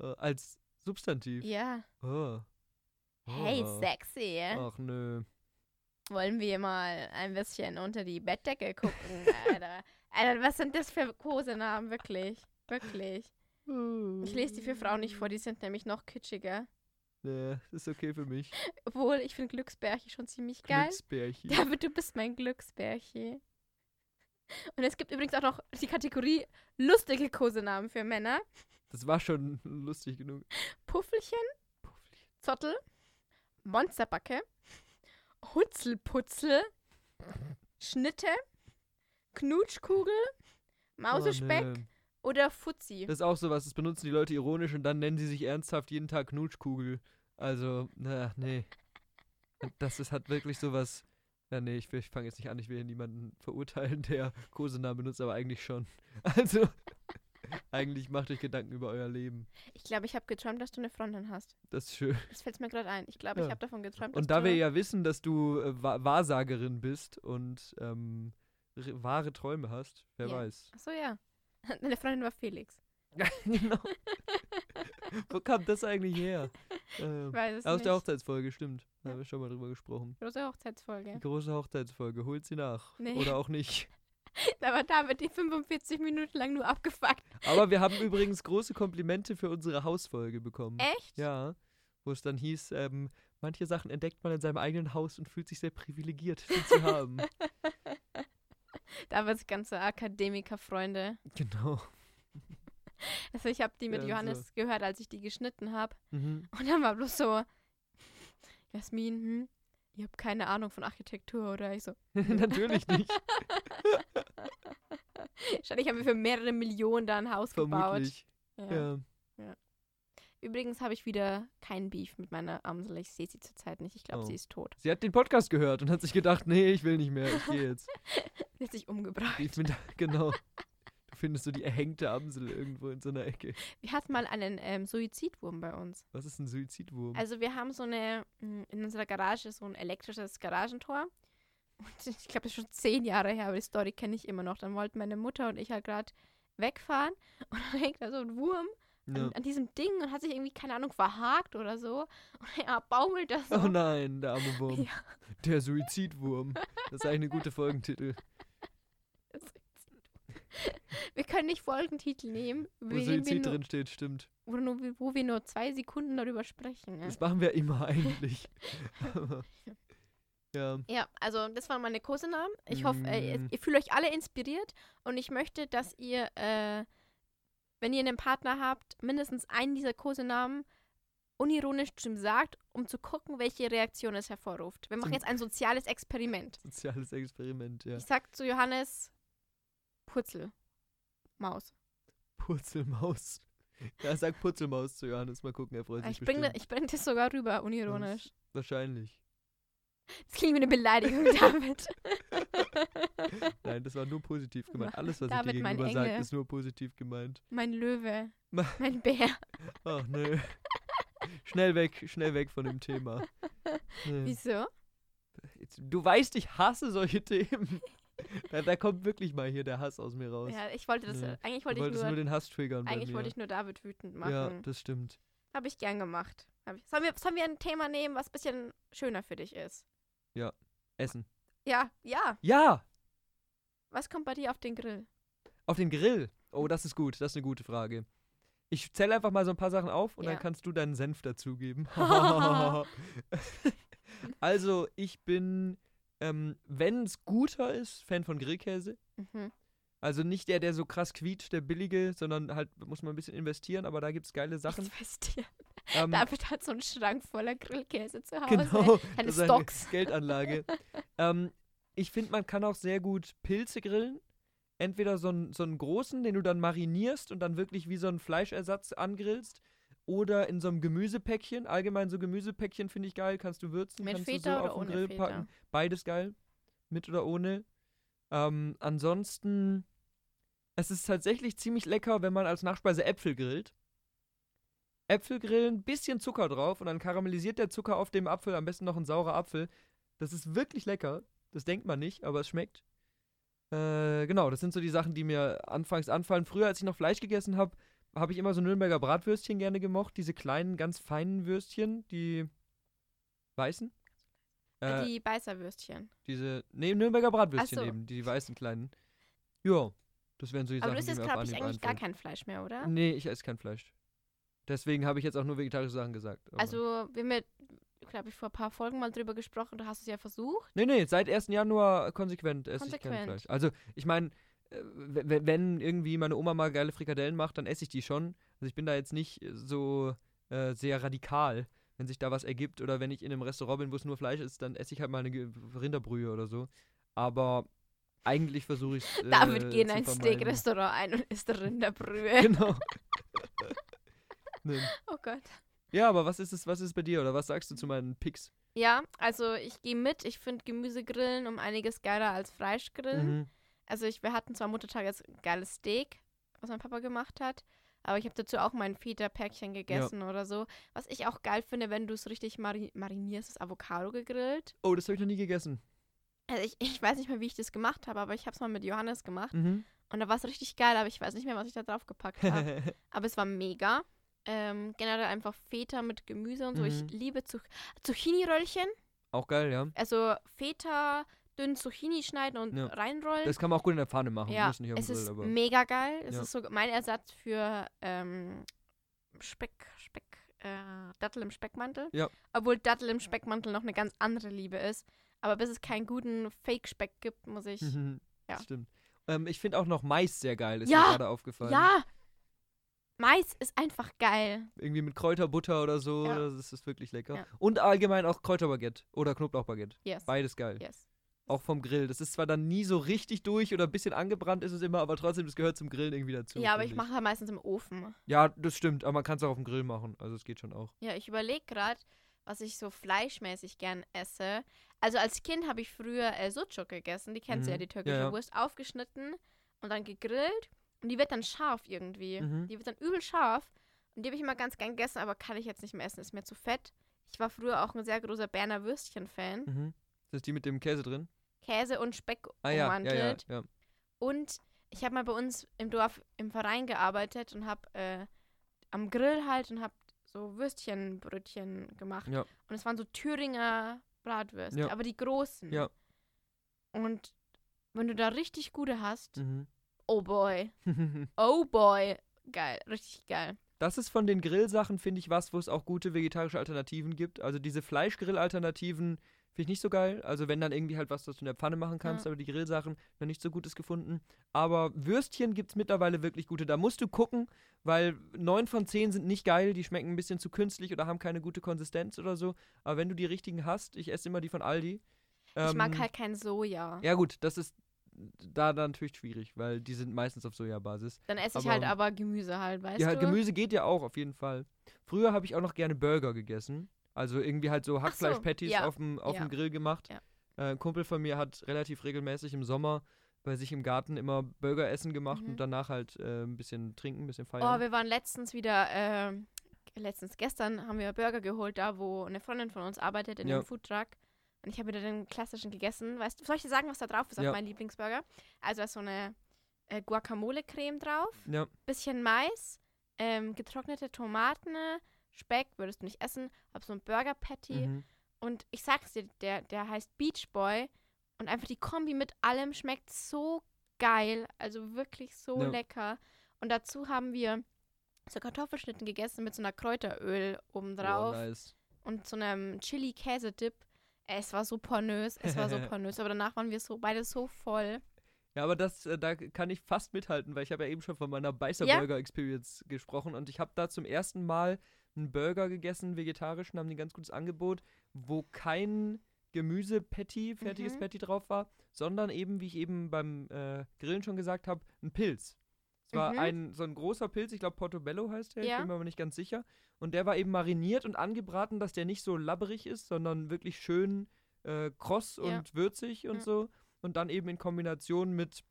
Speaker 2: Äh, als Substantiv.
Speaker 1: Ja.
Speaker 2: Oh. Oh.
Speaker 1: Hey, sexy.
Speaker 2: Ach nö.
Speaker 1: Wollen wir mal ein bisschen unter die Bettdecke gucken, Alter. Alter, was sind das für Kosenamen, wirklich? Wirklich. Ich lese die für Frauen nicht vor, die sind nämlich noch kitschiger.
Speaker 2: Nee, ist okay für mich.
Speaker 1: Obwohl, ich finde Glücksbärchi schon ziemlich geil.
Speaker 2: Glücksbärchen.
Speaker 1: David, du bist mein Glücksbärchi. Und es gibt übrigens auch noch die Kategorie lustige Kosenamen für Männer.
Speaker 2: Das war schon lustig genug.
Speaker 1: Puffelchen, Zottel, Monsterbacke, Hutzelputzel, Schnitte, Knutschkugel, Mausespeck
Speaker 2: Oh, nö.
Speaker 1: oder Fuzzi.
Speaker 2: Das ist auch sowas, das benutzen die Leute ironisch und dann nennen sie sich ernsthaft jeden Tag Knutschkugel. Also, na, nee. Das ist, hat wirklich sowas. Ja, nee, ich, will- ich fange jetzt nicht an, ich will hier niemanden verurteilen, der Kosenamen benutzt, aber eigentlich schon. Also, eigentlich macht euch Gedanken über euer Leben.
Speaker 1: Ich glaube, ich habe geträumt, dass du eine Freundin hast.
Speaker 2: Das ist schön.
Speaker 1: Das fällt mir gerade ein. Ich glaube,
Speaker 2: Ja.
Speaker 1: ich habe davon geträumt.
Speaker 2: Und
Speaker 1: dass
Speaker 2: da wir
Speaker 1: du
Speaker 2: ja wissen, dass du äh, Wa- Wahrsagerin bist und ähm, r- wahre Träume hast, wer
Speaker 1: Ja.
Speaker 2: weiß.
Speaker 1: Ach so, ja. Deine Freundin war Felix.
Speaker 2: genau. Wo kam das eigentlich her? Ähm,
Speaker 1: Ich weiß es
Speaker 2: Aus
Speaker 1: nicht.
Speaker 2: der Hochzeitsfolge, stimmt.
Speaker 1: Ja.
Speaker 2: Da haben wir schon mal drüber gesprochen.
Speaker 1: Große Hochzeitsfolge.
Speaker 2: Die große Hochzeitsfolge, holt sie nach.
Speaker 1: Nee.
Speaker 2: Oder auch nicht.
Speaker 1: Da war David die 45 Minuten lang nur abgefuckt.
Speaker 2: Aber wir haben übrigens große Komplimente für unsere Hausfolge bekommen.
Speaker 1: Echt?
Speaker 2: Ja. Wo es dann hieß, ähm, manche Sachen entdeckt man in seinem eigenen Haus und fühlt sich sehr privilegiert, sie zu haben.
Speaker 1: Da war das ganze Akademiker-Freunde.
Speaker 2: Genau.
Speaker 1: Also ich habe die mit
Speaker 2: Ja, so.
Speaker 1: Johannes gehört, als ich die geschnitten habe.
Speaker 2: Mhm.
Speaker 1: Und dann war bloß so, Jasmin, hm, ihr habt keine Ahnung von Architektur, oder? Ich so,
Speaker 2: Natürlich nicht,
Speaker 1: wahrscheinlich haben wir für mehrere Millionen da ein Haus gebaut.
Speaker 2: vermutlich.
Speaker 1: Ja.
Speaker 2: Ja.
Speaker 1: Übrigens habe ich wieder keinen Beef mit meiner Amsel. Ich sehe sie zurzeit nicht. Ich glaube,
Speaker 2: Oh.
Speaker 1: sie ist tot.
Speaker 2: Sie hat den Podcast gehört und hat sich gedacht, nee, ich will nicht mehr, ich gehe jetzt.
Speaker 1: Sie hat sich umgebracht.
Speaker 2: Ich bin da, genau. Da findest du die erhängte Amsel irgendwo in so einer Ecke.
Speaker 1: Wir hatten mal einen ähm, Suizidwurm bei uns.
Speaker 2: Was ist ein Suizidwurm?
Speaker 1: Also wir haben so eine, mh, in unserer Garage so ein elektrisches Garagentor. Und ich glaube, das ist schon zehn Jahre her, aber die Story kenne ich immer noch. Dann wollten meine Mutter und ich halt gerade wegfahren und dann hängt da so ein Wurm
Speaker 2: ja.
Speaker 1: an, an diesem Ding und hat sich irgendwie, keine Ahnung, verhakt oder so. Und er baumelt das.
Speaker 2: Oh nein, der arme Wurm.
Speaker 1: Ja.
Speaker 2: Der Suizidwurm. Das ist eigentlich ein guter Folgentitel.
Speaker 1: Wir können nicht Folgentitel nehmen,
Speaker 2: Wo
Speaker 1: wie- wir
Speaker 2: Suizid
Speaker 1: nur,
Speaker 2: drin steht, stimmt.
Speaker 1: wo, nur, wo wir nur zwei Sekunden darüber sprechen. Ja.
Speaker 2: Das machen wir immer eigentlich. Aber- ja.
Speaker 1: Ja, also das waren meine Kosenamen. Ich hoffe, äh, ihr-
Speaker 2: Mm.
Speaker 1: ihr fühlt euch alle inspiriert und ich möchte, dass ihr, äh, wenn ihr einen Partner habt, mindestens einen dieser Kosenamen unironisch zu ihm sagt, um zu gucken, welche Reaktion es hervorruft. Wir machen
Speaker 2: Zum-
Speaker 1: jetzt ein soziales Experiment.
Speaker 2: Soziales Experiment, ja.
Speaker 1: Ich sag zu Johannes Purzel. Maus.
Speaker 2: Purzelmaus. Ja, sag Purzelmaus zu Johannes. Mal gucken, er freut sich
Speaker 1: Ich bringe
Speaker 2: bestimmt.
Speaker 1: ich bring das sogar rüber, unironisch.
Speaker 2: Wahrscheinlich.
Speaker 1: Das klingt wie eine Beleidigung, David.
Speaker 2: Nein, das war nur positiv gemeint. Alles, was
Speaker 1: David,
Speaker 2: ich dir
Speaker 1: mein
Speaker 2: gegenüber sage,
Speaker 1: Engel.
Speaker 2: ist nur positiv gemeint.
Speaker 1: mein Löwe.
Speaker 2: Ma-
Speaker 1: Mein Bär.
Speaker 2: Ach, nö. Schnell weg, schnell weg von dem Thema. Nö.
Speaker 1: Wieso?
Speaker 2: Jetzt- Du weißt, ich hasse solche Themen. Da, da kommt wirklich mal hier der Hass aus mir raus.
Speaker 1: Ja, ich wollte das.
Speaker 2: Nee.
Speaker 1: Eigentlich
Speaker 2: du
Speaker 1: wollte ich
Speaker 2: wolltest nur,
Speaker 1: nur.
Speaker 2: den Hass triggern bei
Speaker 1: Eigentlich
Speaker 2: mir.
Speaker 1: wollte ich nur David wütend machen.
Speaker 2: Ja, das stimmt.
Speaker 1: Habe ich gern gemacht. Hab ich. Sollen, wir, sollen wir ein Thema nehmen, was ein bisschen schöner für dich ist?
Speaker 2: Essen.
Speaker 1: Ja, ja.
Speaker 2: Ja,
Speaker 1: Was kommt bei dir auf den Grill?
Speaker 2: auf den Grill. Oh, das ist gut. Das ist eine gute Frage. Ich zähle einfach mal so ein paar Sachen auf und
Speaker 1: Ja.
Speaker 2: dann kannst du deinen Senf dazugeben. also, ich bin, ähm, wenn es guter ist, Fan von Grillkäse.
Speaker 1: Mhm.
Speaker 2: Also nicht der, der so krass quietscht, der billige, sondern halt muss man ein bisschen investieren, aber da gibt es geile Sachen.
Speaker 1: Ich weiß dir.
Speaker 2: Ähm,
Speaker 1: David hat so einen Schrank voller Grillkäse zu Hause.
Speaker 2: genau,
Speaker 1: Keine
Speaker 2: das ist eine
Speaker 1: Stocks.
Speaker 2: Geldanlage. ähm, ich finde, man kann auch sehr gut Pilze grillen. Entweder so einen, so einen großen, den du dann marinierst und dann wirklich wie so einen Fleischersatz angrillst. Oder in so einem Gemüsepäckchen. Allgemein so Gemüsepäckchen finde ich geil. Kannst du würzen,
Speaker 1: Mit
Speaker 2: kannst
Speaker 1: Feta
Speaker 2: du so
Speaker 1: oder
Speaker 2: auf den
Speaker 1: ohne
Speaker 2: Grill
Speaker 1: Feta?
Speaker 2: packen. Beides geil. Mit oder ohne. Ähm, ansonsten, es ist tatsächlich ziemlich lecker, wenn man als Nachspeise Äpfel grillt. Äpfel grillen, bisschen Zucker drauf und dann karamellisiert der Zucker auf dem Apfel, am besten noch ein saurer Apfel. Das ist wirklich lecker. Das denkt man nicht, aber es schmeckt. Äh, genau, das sind so die Sachen, die mir anfangs anfallen. Früher, als ich noch Fleisch gegessen habe, habe ich immer so Nürnberger Bratwürstchen gerne gemocht. Diese kleinen, ganz feinen Würstchen, die weißen. Äh,
Speaker 1: Die Beißerwürstchen.
Speaker 2: diese, nee, Nürnberger Bratwürstchen
Speaker 1: Ach so.
Speaker 2: eben, die weißen kleinen. Ja, das wären so die
Speaker 1: Aber du
Speaker 2: Sachen,
Speaker 1: isst
Speaker 2: die
Speaker 1: jetzt,
Speaker 2: mir auf
Speaker 1: glaube ich,
Speaker 2: Anhieb
Speaker 1: eigentlich gar
Speaker 2: einfallen.
Speaker 1: kein Fleisch mehr, oder?
Speaker 2: Nee, ich esse kein Fleisch. Deswegen habe ich jetzt auch nur vegetarische Sachen gesagt. aber-
Speaker 1: Also, wir haben ja, glaube ich, vor ein paar Folgen mal drüber gesprochen. Du hast es ja versucht.
Speaker 2: Nee, nee, seit 1. Januar konsequent esse ich kein
Speaker 1: Konsequent.
Speaker 2: Fleisch. Also, ich meine, wenn irgendwie meine Oma mal geile Frikadellen macht, dann esse ich die schon. Also, ich bin da jetzt nicht äh, so äh, sehr radikal. Wenn sich da was ergibt oder wenn ich in einem Restaurant bin, wo es nur Fleisch ist, dann esse ich halt mal eine Ge- Rinderbrühe oder so. Aber eigentlich versuche ich es. Äh,
Speaker 1: David, geh in
Speaker 2: zu
Speaker 1: ein
Speaker 2: vermeiden.
Speaker 1: Steak-Restaurant ein und isst Rinderbrühe.
Speaker 2: Genau. nee.
Speaker 1: oh Gott.
Speaker 2: Ja, aber was ist es, was ist bei dir oder was sagst du zu meinen Picks?
Speaker 1: Ja, also ich gehe mit. Ich finde Gemüsegrillen um einiges geiler als Fleischgrillen.
Speaker 2: Mhm.
Speaker 1: Also ich, wir hatten zwar Muttertag jetzt ein geiles Steak, was mein Papa gemacht hat, aber ich habe dazu auch mein Feta-Päckchen gegessen oder so. Was ich auch geil finde, wenn du es richtig mari marinierst, ist Avocado gegrillt.
Speaker 2: Oh, das habe ich noch nie gegessen.
Speaker 1: Also ich, ich weiß nicht mehr, wie ich das gemacht habe, aber ich habe es mal mit Johannes gemacht
Speaker 2: Mhm.
Speaker 1: und da war es richtig geil, aber ich weiß nicht mehr, was ich da drauf gepackt habe. aber es war mega. Ähm, generell einfach Feta mit Gemüse und so. Ich
Speaker 2: Mhm.
Speaker 1: liebe Zuc Zucchini-Röllchen.
Speaker 2: Auch geil, ja.
Speaker 1: Also Feta, dünn Zucchini schneiden und
Speaker 2: Ja.
Speaker 1: reinrollen.
Speaker 2: Das kann man auch gut in der Pfanne machen.
Speaker 1: ja,
Speaker 2: Muss nicht am
Speaker 1: es
Speaker 2: Grill,
Speaker 1: ist
Speaker 2: aber.
Speaker 1: mega geil. Es
Speaker 2: Ja.
Speaker 1: ist so mein Ersatz für ähm, Speck, Speck, äh, Dattel im Speckmantel.
Speaker 2: Ja.
Speaker 1: Obwohl Dattel im Speckmantel noch eine ganz andere Liebe ist. Aber bis es keinen guten Fake-Speck gibt, muss ich.
Speaker 2: Mhm,
Speaker 1: ja.
Speaker 2: das Stimmt. Ähm, ich finde auch noch Mais sehr geil, ist
Speaker 1: Ja,
Speaker 2: mir gerade aufgefallen.
Speaker 1: Ja! Mais ist einfach geil.
Speaker 2: Irgendwie mit Kräuterbutter oder so,
Speaker 1: Ja.
Speaker 2: das ist wirklich lecker.
Speaker 1: Ja.
Speaker 2: Und allgemein auch Kräuterbaguette oder Knoblauchbaguette.
Speaker 1: Yes.
Speaker 2: Beides geil.
Speaker 1: Yes.
Speaker 2: Auch vom Grill. Das ist zwar dann nie so richtig durch oder ein bisschen angebrannt ist es immer, aber trotzdem, das gehört zum Grillen irgendwie dazu.
Speaker 1: ja, aber
Speaker 2: finde
Speaker 1: ich mache halt meistens im Ofen.
Speaker 2: Ja, das stimmt, aber man kann es auch auf dem Grill machen. Also es geht schon auch.
Speaker 1: Ja, ich überlege gerade, was ich so fleischmäßig gern esse. Also als Kind habe ich früher äh, Sucuk gegessen. Die kennst du
Speaker 2: Mhm.
Speaker 1: ja, die türkische
Speaker 2: Ja, ja.
Speaker 1: Wurst. Aufgeschnitten und dann gegrillt. Und die wird dann scharf irgendwie.
Speaker 2: Mhm.
Speaker 1: Die wird dann übel scharf. Und die habe ich immer ganz gern gegessen, aber kann ich jetzt nicht mehr essen. Ist mir zu fett. Ich war früher auch ein sehr großer Berner Würstchen-Fan.
Speaker 2: Mhm. Ist das die mit dem Käse drin?
Speaker 1: Käse und Speck
Speaker 2: Ah ja, ja,
Speaker 1: ummantelt.
Speaker 2: ja, ja.
Speaker 1: Und ich habe mal bei uns im Dorf im Verein gearbeitet und habe äh, am Grill halt und habe so Würstchenbrötchen gemacht.
Speaker 2: Ja.
Speaker 1: Und es waren so Thüringer Bratwürste,
Speaker 2: Ja.
Speaker 1: aber die großen.
Speaker 2: Ja.
Speaker 1: Und wenn du da richtig gute hast,
Speaker 2: Mhm.
Speaker 1: oh boy, oh boy, geil, richtig geil.
Speaker 2: Das ist von den Grillsachen, finde ich, was, wo es auch gute vegetarische Alternativen gibt. Also diese Fleischgrill-Alternativen finde ich nicht so geil. Also wenn dann irgendwie halt was, was du in der Pfanne machen kannst, aber die Grillsachen noch nicht so Gutes gefunden. Aber Würstchen gibt es mittlerweile wirklich gute. Da musst du gucken, weil neun von zehn sind nicht geil, die schmecken ein bisschen zu künstlich oder haben keine gute Konsistenz oder so. Aber wenn du die richtigen hast, ich esse immer die von Aldi.
Speaker 1: Ich mag
Speaker 2: ähm,
Speaker 1: halt kein Soja.
Speaker 2: Ja gut, das ist da dann natürlich schwierig, weil die sind meistens auf Sojabasis.
Speaker 1: Dann esse ich
Speaker 2: aber-
Speaker 1: halt aber Gemüse halt, weißt
Speaker 2: ja,
Speaker 1: du?
Speaker 2: Gemüse geht ja auch auf jeden Fall. Früher habe ich auch noch gerne Burger gegessen. Also irgendwie halt so Hackfleisch-Patties
Speaker 1: ja,
Speaker 2: auf dem auf
Speaker 1: ja,
Speaker 2: dem Grill gemacht.
Speaker 1: ja.
Speaker 2: Äh, ein Kumpel von mir hat relativ regelmäßig im Sommer bei sich im Garten immer Burger essen gemacht
Speaker 1: Mhm.
Speaker 2: und danach halt äh, ein bisschen trinken, ein bisschen
Speaker 1: Oh,
Speaker 2: feiern.
Speaker 1: wir waren letztens wieder, ähm, letztens gestern haben wir Burger geholt, da wo eine Freundin von uns arbeitet in
Speaker 2: Ja.
Speaker 1: einem Foodtruck. Und ich habe wieder den klassischen gegessen. Weißt du, soll ich dir sagen, was da drauf ist
Speaker 2: Ja.
Speaker 1: auf meinen Lieblingsburger? Also da ist so eine äh, Guacamole-Creme drauf,
Speaker 2: ja,
Speaker 1: bisschen Mais, ähm, getrocknete Tomaten, Speck würdest du nicht essen, hab so ein Burger-Patty.
Speaker 2: mhm.
Speaker 1: Und ich sag's dir, der, der heißt Beach Boy. Und einfach die Kombi mit allem schmeckt so geil. Also wirklich so
Speaker 2: Ja.
Speaker 1: lecker. Und dazu haben wir so Kartoffelschnitten gegessen mit so einer Kräuteröl
Speaker 2: oh,
Speaker 1: obendrauf
Speaker 2: nice.
Speaker 1: und so einem Chili-Käse-Dip. Es war so pornös, es war so pornös. Aber danach waren wir so beide so voll.
Speaker 2: Ja, aber das, äh, da kann ich fast mithalten, weil ich habe ja eben schon von meiner
Speaker 1: Ja.
Speaker 2: Beißer-Burger-Experience gesprochen und ich habe da zum ersten Mal einen Burger gegessen, vegetarischen, haben die ein ganz gutes Angebot, wo kein Gemüse-Patty, fertiges
Speaker 1: Mhm.
Speaker 2: Patty drauf war, sondern eben, wie ich eben beim äh, Grillen schon gesagt habe, ein Pilz. Es war
Speaker 1: Mhm.
Speaker 2: ein, so ein großer Pilz, ich glaube Portobello heißt der, ich
Speaker 1: Ja.
Speaker 2: bin mir aber nicht ganz sicher. Und der war eben mariniert und angebraten, dass der nicht so labberig ist, sondern wirklich schön äh, kross
Speaker 1: Ja.
Speaker 2: und würzig und
Speaker 1: Ja.
Speaker 2: so. Und dann eben in Kombination mit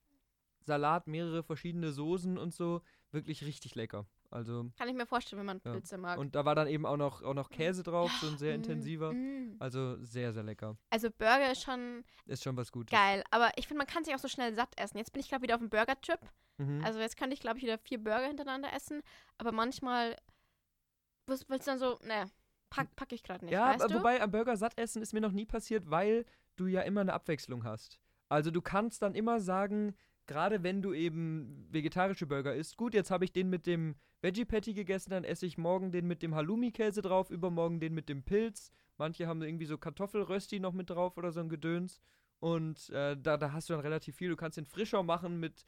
Speaker 2: Salat, mehrere verschiedene Soßen und so, wirklich richtig lecker. Also,
Speaker 1: Kann ich mir vorstellen, wenn man
Speaker 2: Ja.
Speaker 1: Pilze mag.
Speaker 2: und da war dann eben auch noch, auch noch Käse drauf, so ein sehr
Speaker 1: Ah, Mm,
Speaker 2: intensiver.
Speaker 1: mm.
Speaker 2: Also sehr, sehr lecker.
Speaker 1: Also Burger ist schon
Speaker 2: Ist schon was Gutes.
Speaker 1: geil. Aber ich finde, man kann sich auch so schnell satt essen. Jetzt bin ich, glaube ich, wieder auf dem Burger-Trip.
Speaker 2: Mhm.
Speaker 1: Also jetzt könnte ich, glaube ich, wieder vier Burger hintereinander essen, aber manchmal willst, willst du dann so, ne, pack, pack ich gerade nicht,
Speaker 2: ja,
Speaker 1: weißt
Speaker 2: aber
Speaker 1: du?
Speaker 2: wobei am Burger satt essen ist mir noch nie passiert, weil du ja immer eine Abwechslung hast. Also du kannst dann immer sagen, gerade wenn du eben vegetarische Burger isst, gut, jetzt habe ich den mit dem Veggie Patty gegessen, dann esse ich morgen den mit dem Halloumi Käse drauf, übermorgen den mit dem Pilz. Manche haben irgendwie so Kartoffelrösti noch mit drauf oder so ein Gedöns. Und äh, da, da hast du dann relativ viel. Du kannst den frischer machen mit,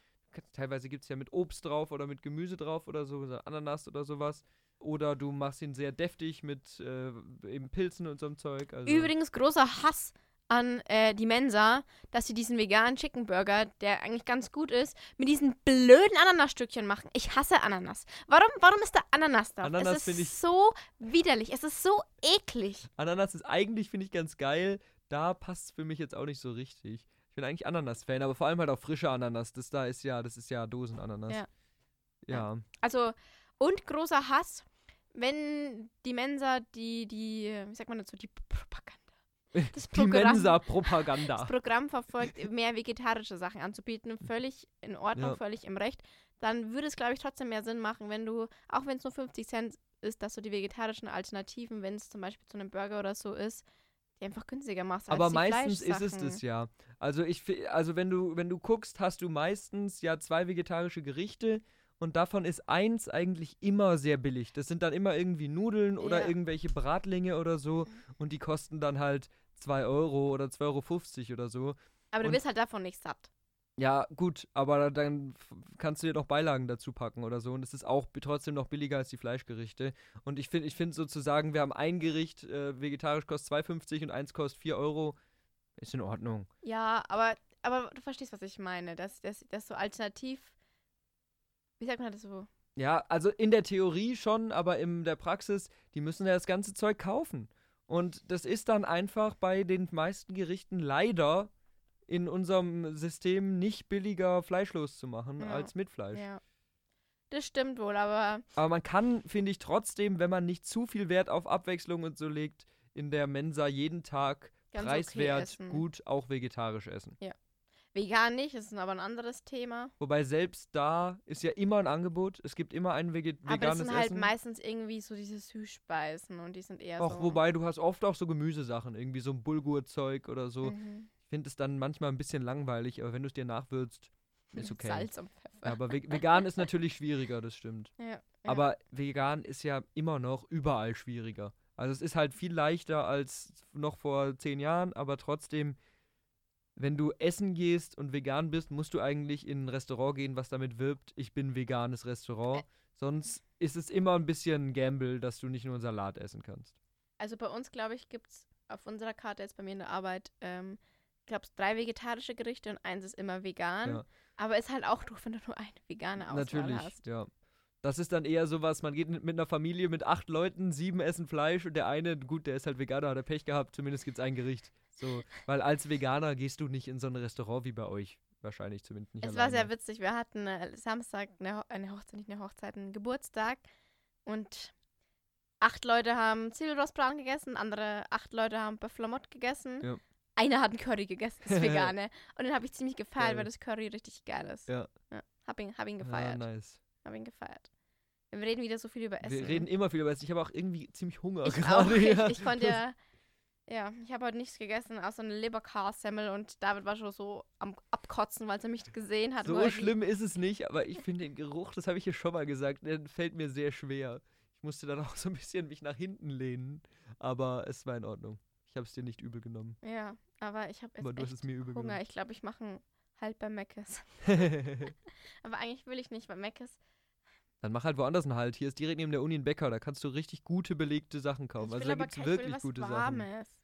Speaker 2: teilweise gibt es ja mit Obst drauf oder mit Gemüse drauf oder so, so Ananas oder sowas. Oder du machst ihn sehr deftig mit äh, eben Pilzen und so einem Zeug. Also,
Speaker 1: Übrigens großer Hass an äh, die Mensa, dass sie diesen veganen Chicken Burger, der eigentlich ganz gut ist, mit diesen blöden Ananasstückchen machen. Ich hasse Ananas. Warum, warum ist da Ananas drauf?
Speaker 2: Ananas
Speaker 1: es
Speaker 2: find
Speaker 1: ist
Speaker 2: ich-
Speaker 1: so widerlich. Es ist so eklig.
Speaker 2: Ananas ist eigentlich, finde ich, ganz geil. Da passt es für mich jetzt auch nicht so richtig. Ich bin eigentlich Ananas-Fan, aber vor allem halt auch frische Ananas. Das da ist ja, das ist ja Dosenananas.
Speaker 1: Ja.
Speaker 2: Ja.
Speaker 1: Also, und großer Hass, wenn die Mensa die, die, wie sagt man dazu, die Propaganda. Das
Speaker 2: Die
Speaker 1: Programm-
Speaker 2: Mensa-Propaganda.
Speaker 1: das Programm verfolgt, mehr vegetarische Sachen anzubieten, völlig in Ordnung,
Speaker 2: Ja.
Speaker 1: völlig im Recht, dann würde es, glaube ich, trotzdem mehr Sinn machen, wenn du, auch wenn es nur 50 Cent ist, dass du die vegetarischen Alternativen, wenn es zum Beispiel zu einem Burger oder so ist, die einfach günstiger machst.
Speaker 2: Aber
Speaker 1: als die
Speaker 2: meistens ist es
Speaker 1: Fleischsachen.
Speaker 2: das ja. Also ich fi- also wenn du wenn du guckst, hast du meistens ja zwei vegetarische Gerichte und davon ist eins eigentlich immer sehr billig. Das sind dann immer irgendwie Nudeln oder
Speaker 1: Ja. Mhm.
Speaker 2: irgendwelche Bratlinge oder so und die kosten dann halt 2 Euro oder 2,50 Euro oder so.
Speaker 1: Aber du
Speaker 2: Und-
Speaker 1: wirst halt davon nicht satt.
Speaker 2: Ja, gut, aber dann f- kannst du dir noch Beilagen dazu packen oder so. Und es ist auch bi- trotzdem noch billiger als die Fleischgerichte. Und ich finde ich find sozusagen, wir haben ein Gericht, äh, vegetarisch kostet 2,50 und eins kostet 4 Euro. Ist in Ordnung.
Speaker 1: Ja, aber, aber du verstehst, was ich meine. Dass das, das so alternativ. Wie sagt man das so?
Speaker 2: Ja, also in der Theorie schon, aber in der Praxis, die müssen ja das ganze Zeug kaufen. Und das ist dann einfach bei den meisten Gerichten leider in unserem System nicht billiger fleischlos zu machen
Speaker 1: Ja.
Speaker 2: als mit Fleisch.
Speaker 1: Ja. Das stimmt wohl, aber
Speaker 2: Aber man kann, finde ich, trotzdem, wenn man nicht zu viel Wert auf Abwechslung und so legt, in der Mensa jeden Tag
Speaker 1: Ganz okay
Speaker 2: preiswert
Speaker 1: essen.
Speaker 2: gut auch vegetarisch essen.
Speaker 1: vegan nicht, das ist aber ein anderes Thema.
Speaker 2: Wobei selbst da ist ja immer ein Angebot. Es gibt immer ein Vege
Speaker 1: aber das
Speaker 2: veganes
Speaker 1: sind halt
Speaker 2: Essen.
Speaker 1: meistens irgendwie so diese Süßspeisen und die sind eher
Speaker 2: Auch
Speaker 1: so.
Speaker 2: wobei du hast oft auch so Gemüsesachen, irgendwie so ein Bulgurzeug oder so.
Speaker 1: Mhm.
Speaker 2: Ich finde es dann manchmal ein bisschen langweilig, aber wenn du es dir nachwürzt, ist okay.
Speaker 1: Salz und Pfeffer.
Speaker 2: Ja, aber ve- vegan ist natürlich schwieriger, das stimmt.
Speaker 1: Ja, ja.
Speaker 2: Aber vegan ist ja immer noch überall schwieriger. Also es ist halt viel leichter als noch vor zehn Jahren, aber trotzdem, wenn du essen gehst und vegan bist, musst du eigentlich in ein Restaurant gehen, was damit wirbt, ich bin veganes Restaurant. Sonst ist es immer ein bisschen ein Gamble, dass du nicht nur einen Salat essen kannst.
Speaker 1: Also bei uns, glaube ich, gibt es auf unserer Karte jetzt bei mir in der Arbeit, ähm, glaube ich, drei vegetarische Gerichte und eins ist immer vegan.
Speaker 2: Ja.
Speaker 1: Aber ist halt auch doof, wenn du nur eine vegane Auswahl
Speaker 2: Natürlich,
Speaker 1: hast.
Speaker 2: ja. Das ist dann eher sowas, man geht mit mit einer Familie mit acht Leuten, sieben essen Fleisch und der eine, gut, der ist halt Veganer, hat er Pech gehabt, zumindest gibt es ein Gericht. So, weil als Veganer gehst du nicht in so ein Restaurant wie bei euch. Wahrscheinlich zumindest nicht
Speaker 1: Es war sehr
Speaker 2: alleine.
Speaker 1: witzig. Wir hatten äh, Samstag eine, Ho eine Hochzeit, nicht eine Hochzeit, einen Geburtstag. Und acht Leute haben Zwiebelrostbraten gegessen, andere acht Leute haben Bufflamott gegessen.
Speaker 2: Ja.
Speaker 1: Einer hat einen Curry gegessen, das Vegane. Und den habe ich ziemlich gefeiert,
Speaker 2: Geil.
Speaker 1: weil das Curry richtig geil ist.
Speaker 2: Ja.
Speaker 1: Hab ihn, hab ihn
Speaker 2: Ah,
Speaker 1: gefeiert.
Speaker 2: nice.
Speaker 1: hab ihn gefeiert. Wir reden wieder so viel über Essen.
Speaker 2: Wir reden eh immer viel über Essen. Ich habe auch irgendwie ziemlich Hunger
Speaker 1: ich
Speaker 2: gerade.
Speaker 1: Auch,
Speaker 2: ja.
Speaker 1: ich, ich konnte ja. Ja, ich habe heute nichts gegessen, außer eine Leberkar-Semmel und David war schon so am Abkotzen, weil er mich gesehen hat. wo er
Speaker 2: so
Speaker 1: die-
Speaker 2: schlimm ist es nicht, aber ich finde den Geruch, das habe ich hier schon mal gesagt, der fällt mir sehr schwer. Ich musste dann auch so ein bisschen mich nach hinten lehnen, aber es war in Ordnung. Ich habe es dir nicht übel genommen.
Speaker 1: Ja, aber ich habe jetzt
Speaker 2: Aber du hast
Speaker 1: echt
Speaker 2: es mir übel
Speaker 1: Hunger. Ich glaube, ich mache einen Halt bei Meckes.
Speaker 2: genommen.
Speaker 1: Aber eigentlich will ich nicht bei Meckes.
Speaker 2: Dann mach halt woanders einen Halt. Hier ist direkt neben der Uni ein Bäcker, da kannst du richtig gute belegte Sachen kaufen.
Speaker 1: ich
Speaker 2: also
Speaker 1: will aber
Speaker 2: da gibt's
Speaker 1: kein- ich will
Speaker 2: wirklich
Speaker 1: was
Speaker 2: gute Sachen.
Speaker 1: Warmes.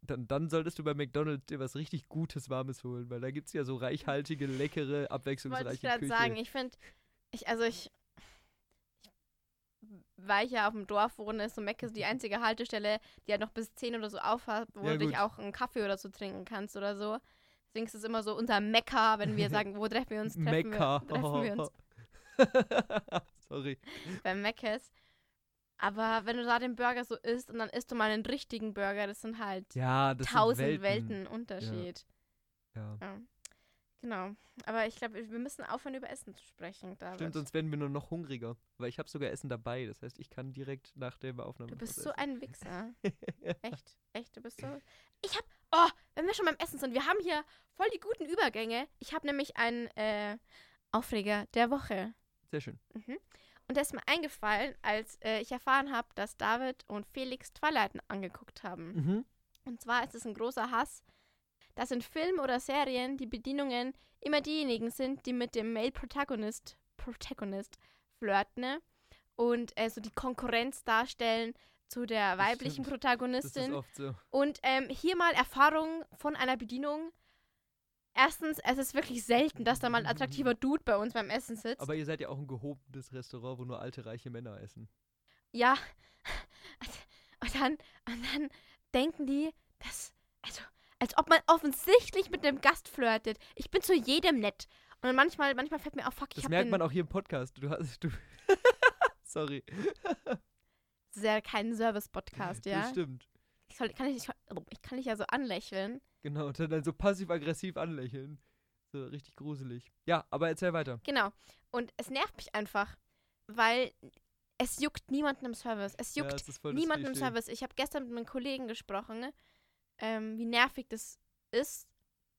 Speaker 2: Dann, dann solltest du bei McDonalds dir was richtig Gutes, Warmes holen, weil da gibt's ja so reichhaltige, leckere,
Speaker 1: Wollte
Speaker 2: abwechslungsreiche
Speaker 1: ich gerade
Speaker 2: Küche.
Speaker 1: sagen. Ich finde, ich, also ich, ich, weil ich ja auf dem Dorf wohne, ist so Meckes die einzige Haltestelle, die halt noch bis 10 oder so aufhat, wo
Speaker 2: Ja,
Speaker 1: du dich
Speaker 2: gut.
Speaker 1: auch einen Kaffee oder so trinken kannst oder so. Deswegen ist es immer so unter Mekka, wenn wir sagen, wo treffen wir uns? Treffen
Speaker 2: Mekka.
Speaker 1: Wir, treffen wir uns
Speaker 2: Sorry.
Speaker 1: bei Meckes. Aber wenn du da den Burger so isst und dann isst du mal einen richtigen Burger, das sind halt
Speaker 2: Ja, das
Speaker 1: tausend
Speaker 2: sind Welten.
Speaker 1: Welten, Unterschied.
Speaker 2: Ja.
Speaker 1: Ja. Genau. Aber ich glaube, wir müssen aufhören, über Essen zu sprechen, David.
Speaker 2: Stimmt, sonst werden wir nur noch hungriger. Weil ich habe sogar Essen dabei. Das heißt, ich kann direkt nach der Aufnahme.
Speaker 1: du
Speaker 2: noch
Speaker 1: bist
Speaker 2: was
Speaker 1: so
Speaker 2: essen.
Speaker 1: ein Wichser. echt, echt, du bist so. Ich hab. Oh, wenn wir schon beim Essen sind, wir haben hier voll die guten Übergänge. Ich habe nämlich einen äh, Aufreger der Woche. Mhm.
Speaker 2: Sehr schön.
Speaker 1: Und der ist mir eingefallen, als äh, ich erfahren habe, dass David und Felix Twilight angeguckt haben.
Speaker 2: Mhm.
Speaker 1: Und zwar ist es ein großer Hass, dass in Filmen oder Serien die Bedienungen immer diejenigen sind, die mit dem Male Protagonist, Protagonist flirten ne? und äh, so die Konkurrenz darstellen zu der
Speaker 2: Das
Speaker 1: weiblichen
Speaker 2: stimmt. Das ist
Speaker 1: Protagonistin.
Speaker 2: oft so.
Speaker 1: Und ähm, hier mal Erfahrung von einer Bedienung. Erstens, es ist wirklich selten, dass da mal ein attraktiver Dude bei uns beim Essen sitzt.
Speaker 2: Aber ihr seid ja auch ein gehobenes Restaurant, wo nur alte, reiche Männer essen.
Speaker 1: ja. Und dann, und dann denken die, dass, also, als ob man offensichtlich mit einem Gast flirtet. Ich bin zu jedem nett. Und manchmal, manchmal fällt mir auf, fuck, ich
Speaker 2: Das
Speaker 1: hab
Speaker 2: merkt
Speaker 1: den-
Speaker 2: man auch hier im Podcast. Du hast, du Sorry.
Speaker 1: Das ist ja kein Service-Podcast,
Speaker 2: Das
Speaker 1: ja.
Speaker 2: stimmt.
Speaker 1: Ich, soll, kann ich, ich kann dich ja so anlächeln.
Speaker 2: Genau. Und dann, dann so passiv-aggressiv anlächeln. So richtig gruselig. Ja, aber erzähl weiter.
Speaker 1: Genau. Und es nervt mich einfach, weil es juckt niemanden im Service. Es
Speaker 2: ja,
Speaker 1: juckt
Speaker 2: es ist voll das
Speaker 1: niemanden im
Speaker 2: Klischee.
Speaker 1: Service. Ich habe gestern mit einem Kollegen gesprochen, ne, ähm, wie nervig das ist,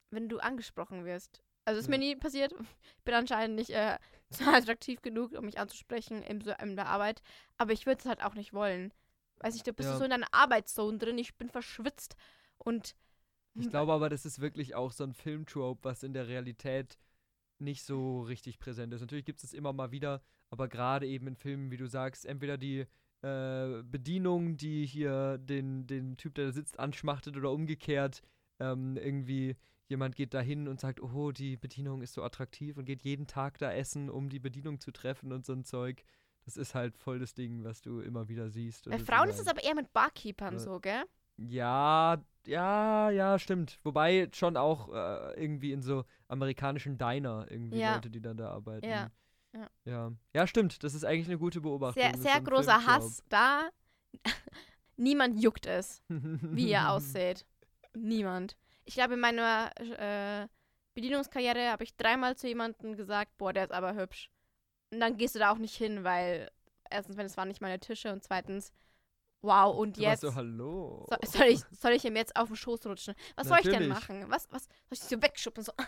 Speaker 1: wenn du angesprochen wirst. Also ist
Speaker 2: Ja.
Speaker 1: mir nie passiert. Ich bin anscheinend nicht äh, so attraktiv genug, um mich anzusprechen im, so- in der Arbeit. Aber ich würde es halt auch nicht wollen. Weiß nicht, du bist
Speaker 2: Ja.
Speaker 1: so in deiner Arbeitszone drin. Ich bin verschwitzt und Hm.
Speaker 2: Ich glaube aber, das ist wirklich auch so ein Filmtrope, was in der Realität nicht so richtig präsent ist. Natürlich gibt es es immer mal wieder, aber gerade eben in Filmen, wie du sagst, entweder die äh, Bedienung, die hier den, den Typ, der da sitzt, anschmachtet oder umgekehrt, ähm, irgendwie jemand geht dahin und sagt, oh, die Bedienung ist so attraktiv und geht jeden Tag da essen, um die Bedienung zu treffen und so ein Zeug. Das ist halt voll das Ding, was du immer wieder siehst.
Speaker 1: Bei
Speaker 2: Und
Speaker 1: Äh, Frauen
Speaker 2: überall.
Speaker 1: ist es aber eher mit Barkeepern
Speaker 2: Ja.
Speaker 1: so, gell?
Speaker 2: Ja, ja, ja, stimmt. Wobei schon auch äh, irgendwie in so amerikanischen Diner irgendwie
Speaker 1: Ja.
Speaker 2: Leute, die dann da arbeiten.
Speaker 1: Ja. Ja.
Speaker 2: ja. Ja, stimmt. Das ist eigentlich eine gute Beobachtung.
Speaker 1: Sehr,
Speaker 2: Das ist
Speaker 1: sehr
Speaker 2: so ein
Speaker 1: großer
Speaker 2: Filmjob.
Speaker 1: Hass da. Niemand juckt es, wie ihr ausseht. Niemand. Ich glaube, in meiner äh, Bedienungskarriere habe ich dreimal zu jemandem gesagt, boah, der ist aber hübsch. Und dann gehst du da auch nicht hin, weil erstens, wenn es waren nicht meine Tische und zweitens, wow, und
Speaker 2: Du warst
Speaker 1: jetzt.
Speaker 2: so, halt hallo.
Speaker 1: So, soll, ich, soll ich ihm jetzt auf den Schoß rutschen? Was soll ich denn
Speaker 2: Natürlich.
Speaker 1: machen? Was, was soll ich sie so wegschuppen? So, ah,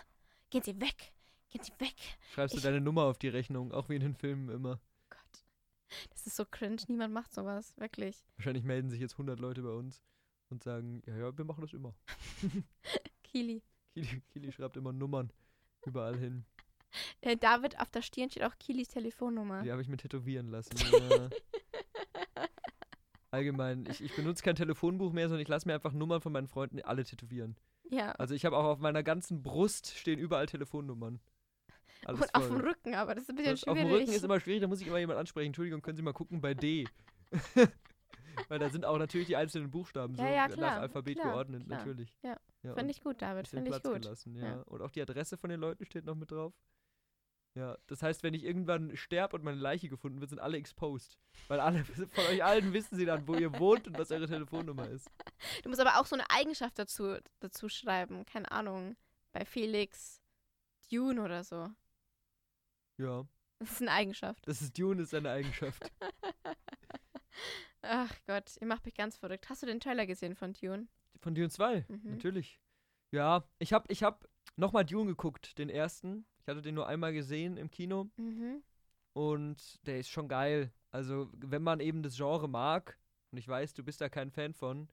Speaker 1: gehen Sie weg, gehen Sie weg.
Speaker 2: Schreibst du
Speaker 1: ich-
Speaker 2: deine Nummer auf die Rechnung, auch wie in den Filmen immer.
Speaker 1: Oh Gott, das ist so cringe. Niemand macht sowas, wirklich.
Speaker 2: Wahrscheinlich melden sich jetzt 100 Leute bei uns und sagen, ja, ja, wir machen das immer.
Speaker 1: Kili.
Speaker 2: Kili, Kili schreibt immer Nummern überall hin.
Speaker 1: Äh, David, auf der Stirn steht auch Kilis Telefonnummer.
Speaker 2: Die habe ich mir tätowieren lassen. Ja. Allgemein, ich, ich benutze kein Telefonbuch mehr, sondern ich lasse mir einfach Nummern von meinen Freunden alle tätowieren.
Speaker 1: Ja.
Speaker 2: Also ich habe auch auf meiner ganzen Brust stehen überall Telefonnummern. Alles
Speaker 1: und auf dem
Speaker 2: voll.
Speaker 1: Rücken, aber das ist ein bisschen
Speaker 2: auf
Speaker 1: schwierig.
Speaker 2: dem Rücken ist immer schwierig, da muss ich immer jemand ansprechen. Entschuldigung, können Sie mal gucken bei D. Weil da sind auch natürlich die einzelnen Buchstaben
Speaker 1: Ja,
Speaker 2: so
Speaker 1: ja,
Speaker 2: nach
Speaker 1: klar,
Speaker 2: Alphabet
Speaker 1: klar,
Speaker 2: geordnet,
Speaker 1: klar.
Speaker 2: natürlich.
Speaker 1: Ja,
Speaker 2: und
Speaker 1: finde ich gut, David,
Speaker 2: bisschen
Speaker 1: finde ich
Speaker 2: Platz
Speaker 1: gut.
Speaker 2: gelassen, ja.
Speaker 1: Ja.
Speaker 2: Und auch die Adresse von den Leuten steht noch mit drauf. Ja, das heißt, wenn ich irgendwann sterbe und meine Leiche gefunden wird, sind alle exposed. Weil alle von euch allen wissen sie dann, wo ihr wohnt und was eure Telefonnummer ist.
Speaker 1: Du musst aber auch so eine Eigenschaft dazu, dazu schreiben. Keine Ahnung. Bei Felix Dune oder so.
Speaker 2: Ja,
Speaker 1: Das ist eine Eigenschaft.
Speaker 2: das ist Dune, ist eine Eigenschaft.
Speaker 1: Ach Gott, ihr macht mich ganz verrückt. Hast du den Trailer gesehen von Dune?
Speaker 2: Von Dune 2,
Speaker 1: Mhm.
Speaker 2: natürlich. Ja, ich hab, ich hab nochmal Dune geguckt, den ersten. Ich hatte den nur einmal gesehen im Kino
Speaker 1: Mhm.
Speaker 2: und der ist schon geil. Also, wenn man eben das Genre mag, und ich weiß, du bist da kein Fan von,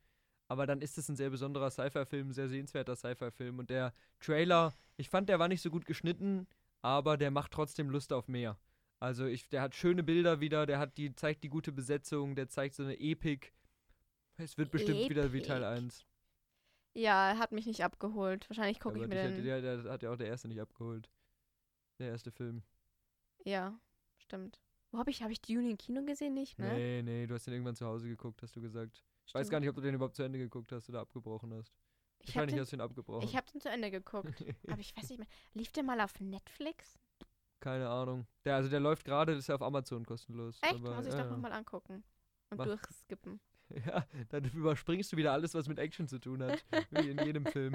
Speaker 2: aber dann ist es ein sehr besonderer Sci-Fi-Film, ein sehr sehenswerter Sci-Fi-Film. Und der Trailer, ich fand, der war nicht so gut geschnitten, aber der macht trotzdem Lust auf mehr. Also, ich, der hat schöne Bilder wieder, der hat die, zeigt die gute Besetzung, der zeigt so eine Epik. Es wird bestimmt wieder wie Teil
Speaker 1: Epic.
Speaker 2: 1.
Speaker 1: Ja, hat mich nicht abgeholt. Wahrscheinlich gucke
Speaker 2: aber
Speaker 1: ich mir
Speaker 2: dich hat,
Speaker 1: den.
Speaker 2: der, der hat ja auch der erste nicht abgeholt. Der erste Film.
Speaker 1: Ja, stimmt. Wo habe ich, habe ich Dune im Kino gesehen? Nicht, ne?
Speaker 2: Nee, nee, du hast den irgendwann zu Hause geguckt, hast du gesagt. Ich weiß
Speaker 1: Stimmt.
Speaker 2: gar nicht, ob du den überhaupt zu Ende geguckt hast oder abgebrochen hast.
Speaker 1: Ich habe
Speaker 2: Wahrscheinlich
Speaker 1: den,
Speaker 2: hast du ihn abgebrochen.
Speaker 1: ich hab den zu Ende geguckt. aber ich weiß nicht mehr. Lief der mal auf Netflix?
Speaker 2: Keine Ahnung. Der, also der läuft gerade, das ist ja auf Amazon kostenlos.
Speaker 1: Echt?
Speaker 2: aber,
Speaker 1: Muss ich
Speaker 2: ja,
Speaker 1: doch nochmal angucken. Und
Speaker 2: Mach-
Speaker 1: durchskippen.
Speaker 2: Ja, dann überspringst du wieder alles, was mit Action zu tun hat. wie in jedem Film.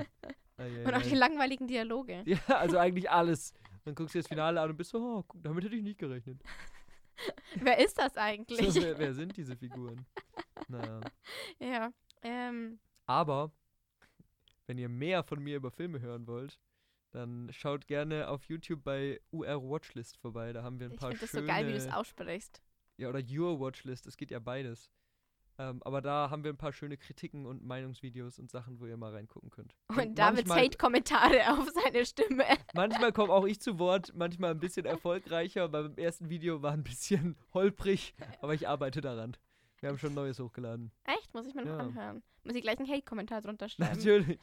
Speaker 2: Ei, ei,
Speaker 1: Und auch
Speaker 2: ei.
Speaker 1: die langweiligen Dialoge.
Speaker 2: ja, also eigentlich alles. Dann guckst du dir das Finale an und bist so, oh, guck, damit hätte ich nicht gerechnet.
Speaker 1: Wer ist das
Speaker 2: So,
Speaker 1: eigentlich?
Speaker 2: wer, wer sind diese Figuren? Naja.
Speaker 1: ja. Ähm,
Speaker 2: Aber wenn ihr mehr von mir über Filme hören wollt, dann schaut gerne auf YouTube bei UR Watchlist vorbei. Da haben wir ein
Speaker 1: ich
Speaker 2: paar
Speaker 1: finde das
Speaker 2: schöne.
Speaker 1: so geil, wie du es aussprichst.
Speaker 2: ja, oder Your Watchlist, es geht ja beides. Ähm, aber da haben wir ein paar schöne Kritiken und Meinungsvideos und Sachen, wo ihr mal reingucken könnt.
Speaker 1: Und Davids
Speaker 2: manchmal,
Speaker 1: Hate-Kommentare auf seine Stimme.
Speaker 2: manchmal komme auch ich zu Wort, manchmal ein bisschen erfolgreicher. Beim ersten Video war ein bisschen holprig, aber ich arbeite daran. Wir haben schon Neues hochgeladen.
Speaker 1: Echt? Muss ich mir noch
Speaker 2: Ja.
Speaker 1: anhören. Muss ich gleich einen Hate-Kommentar drunter schreiben?
Speaker 2: Natürlich.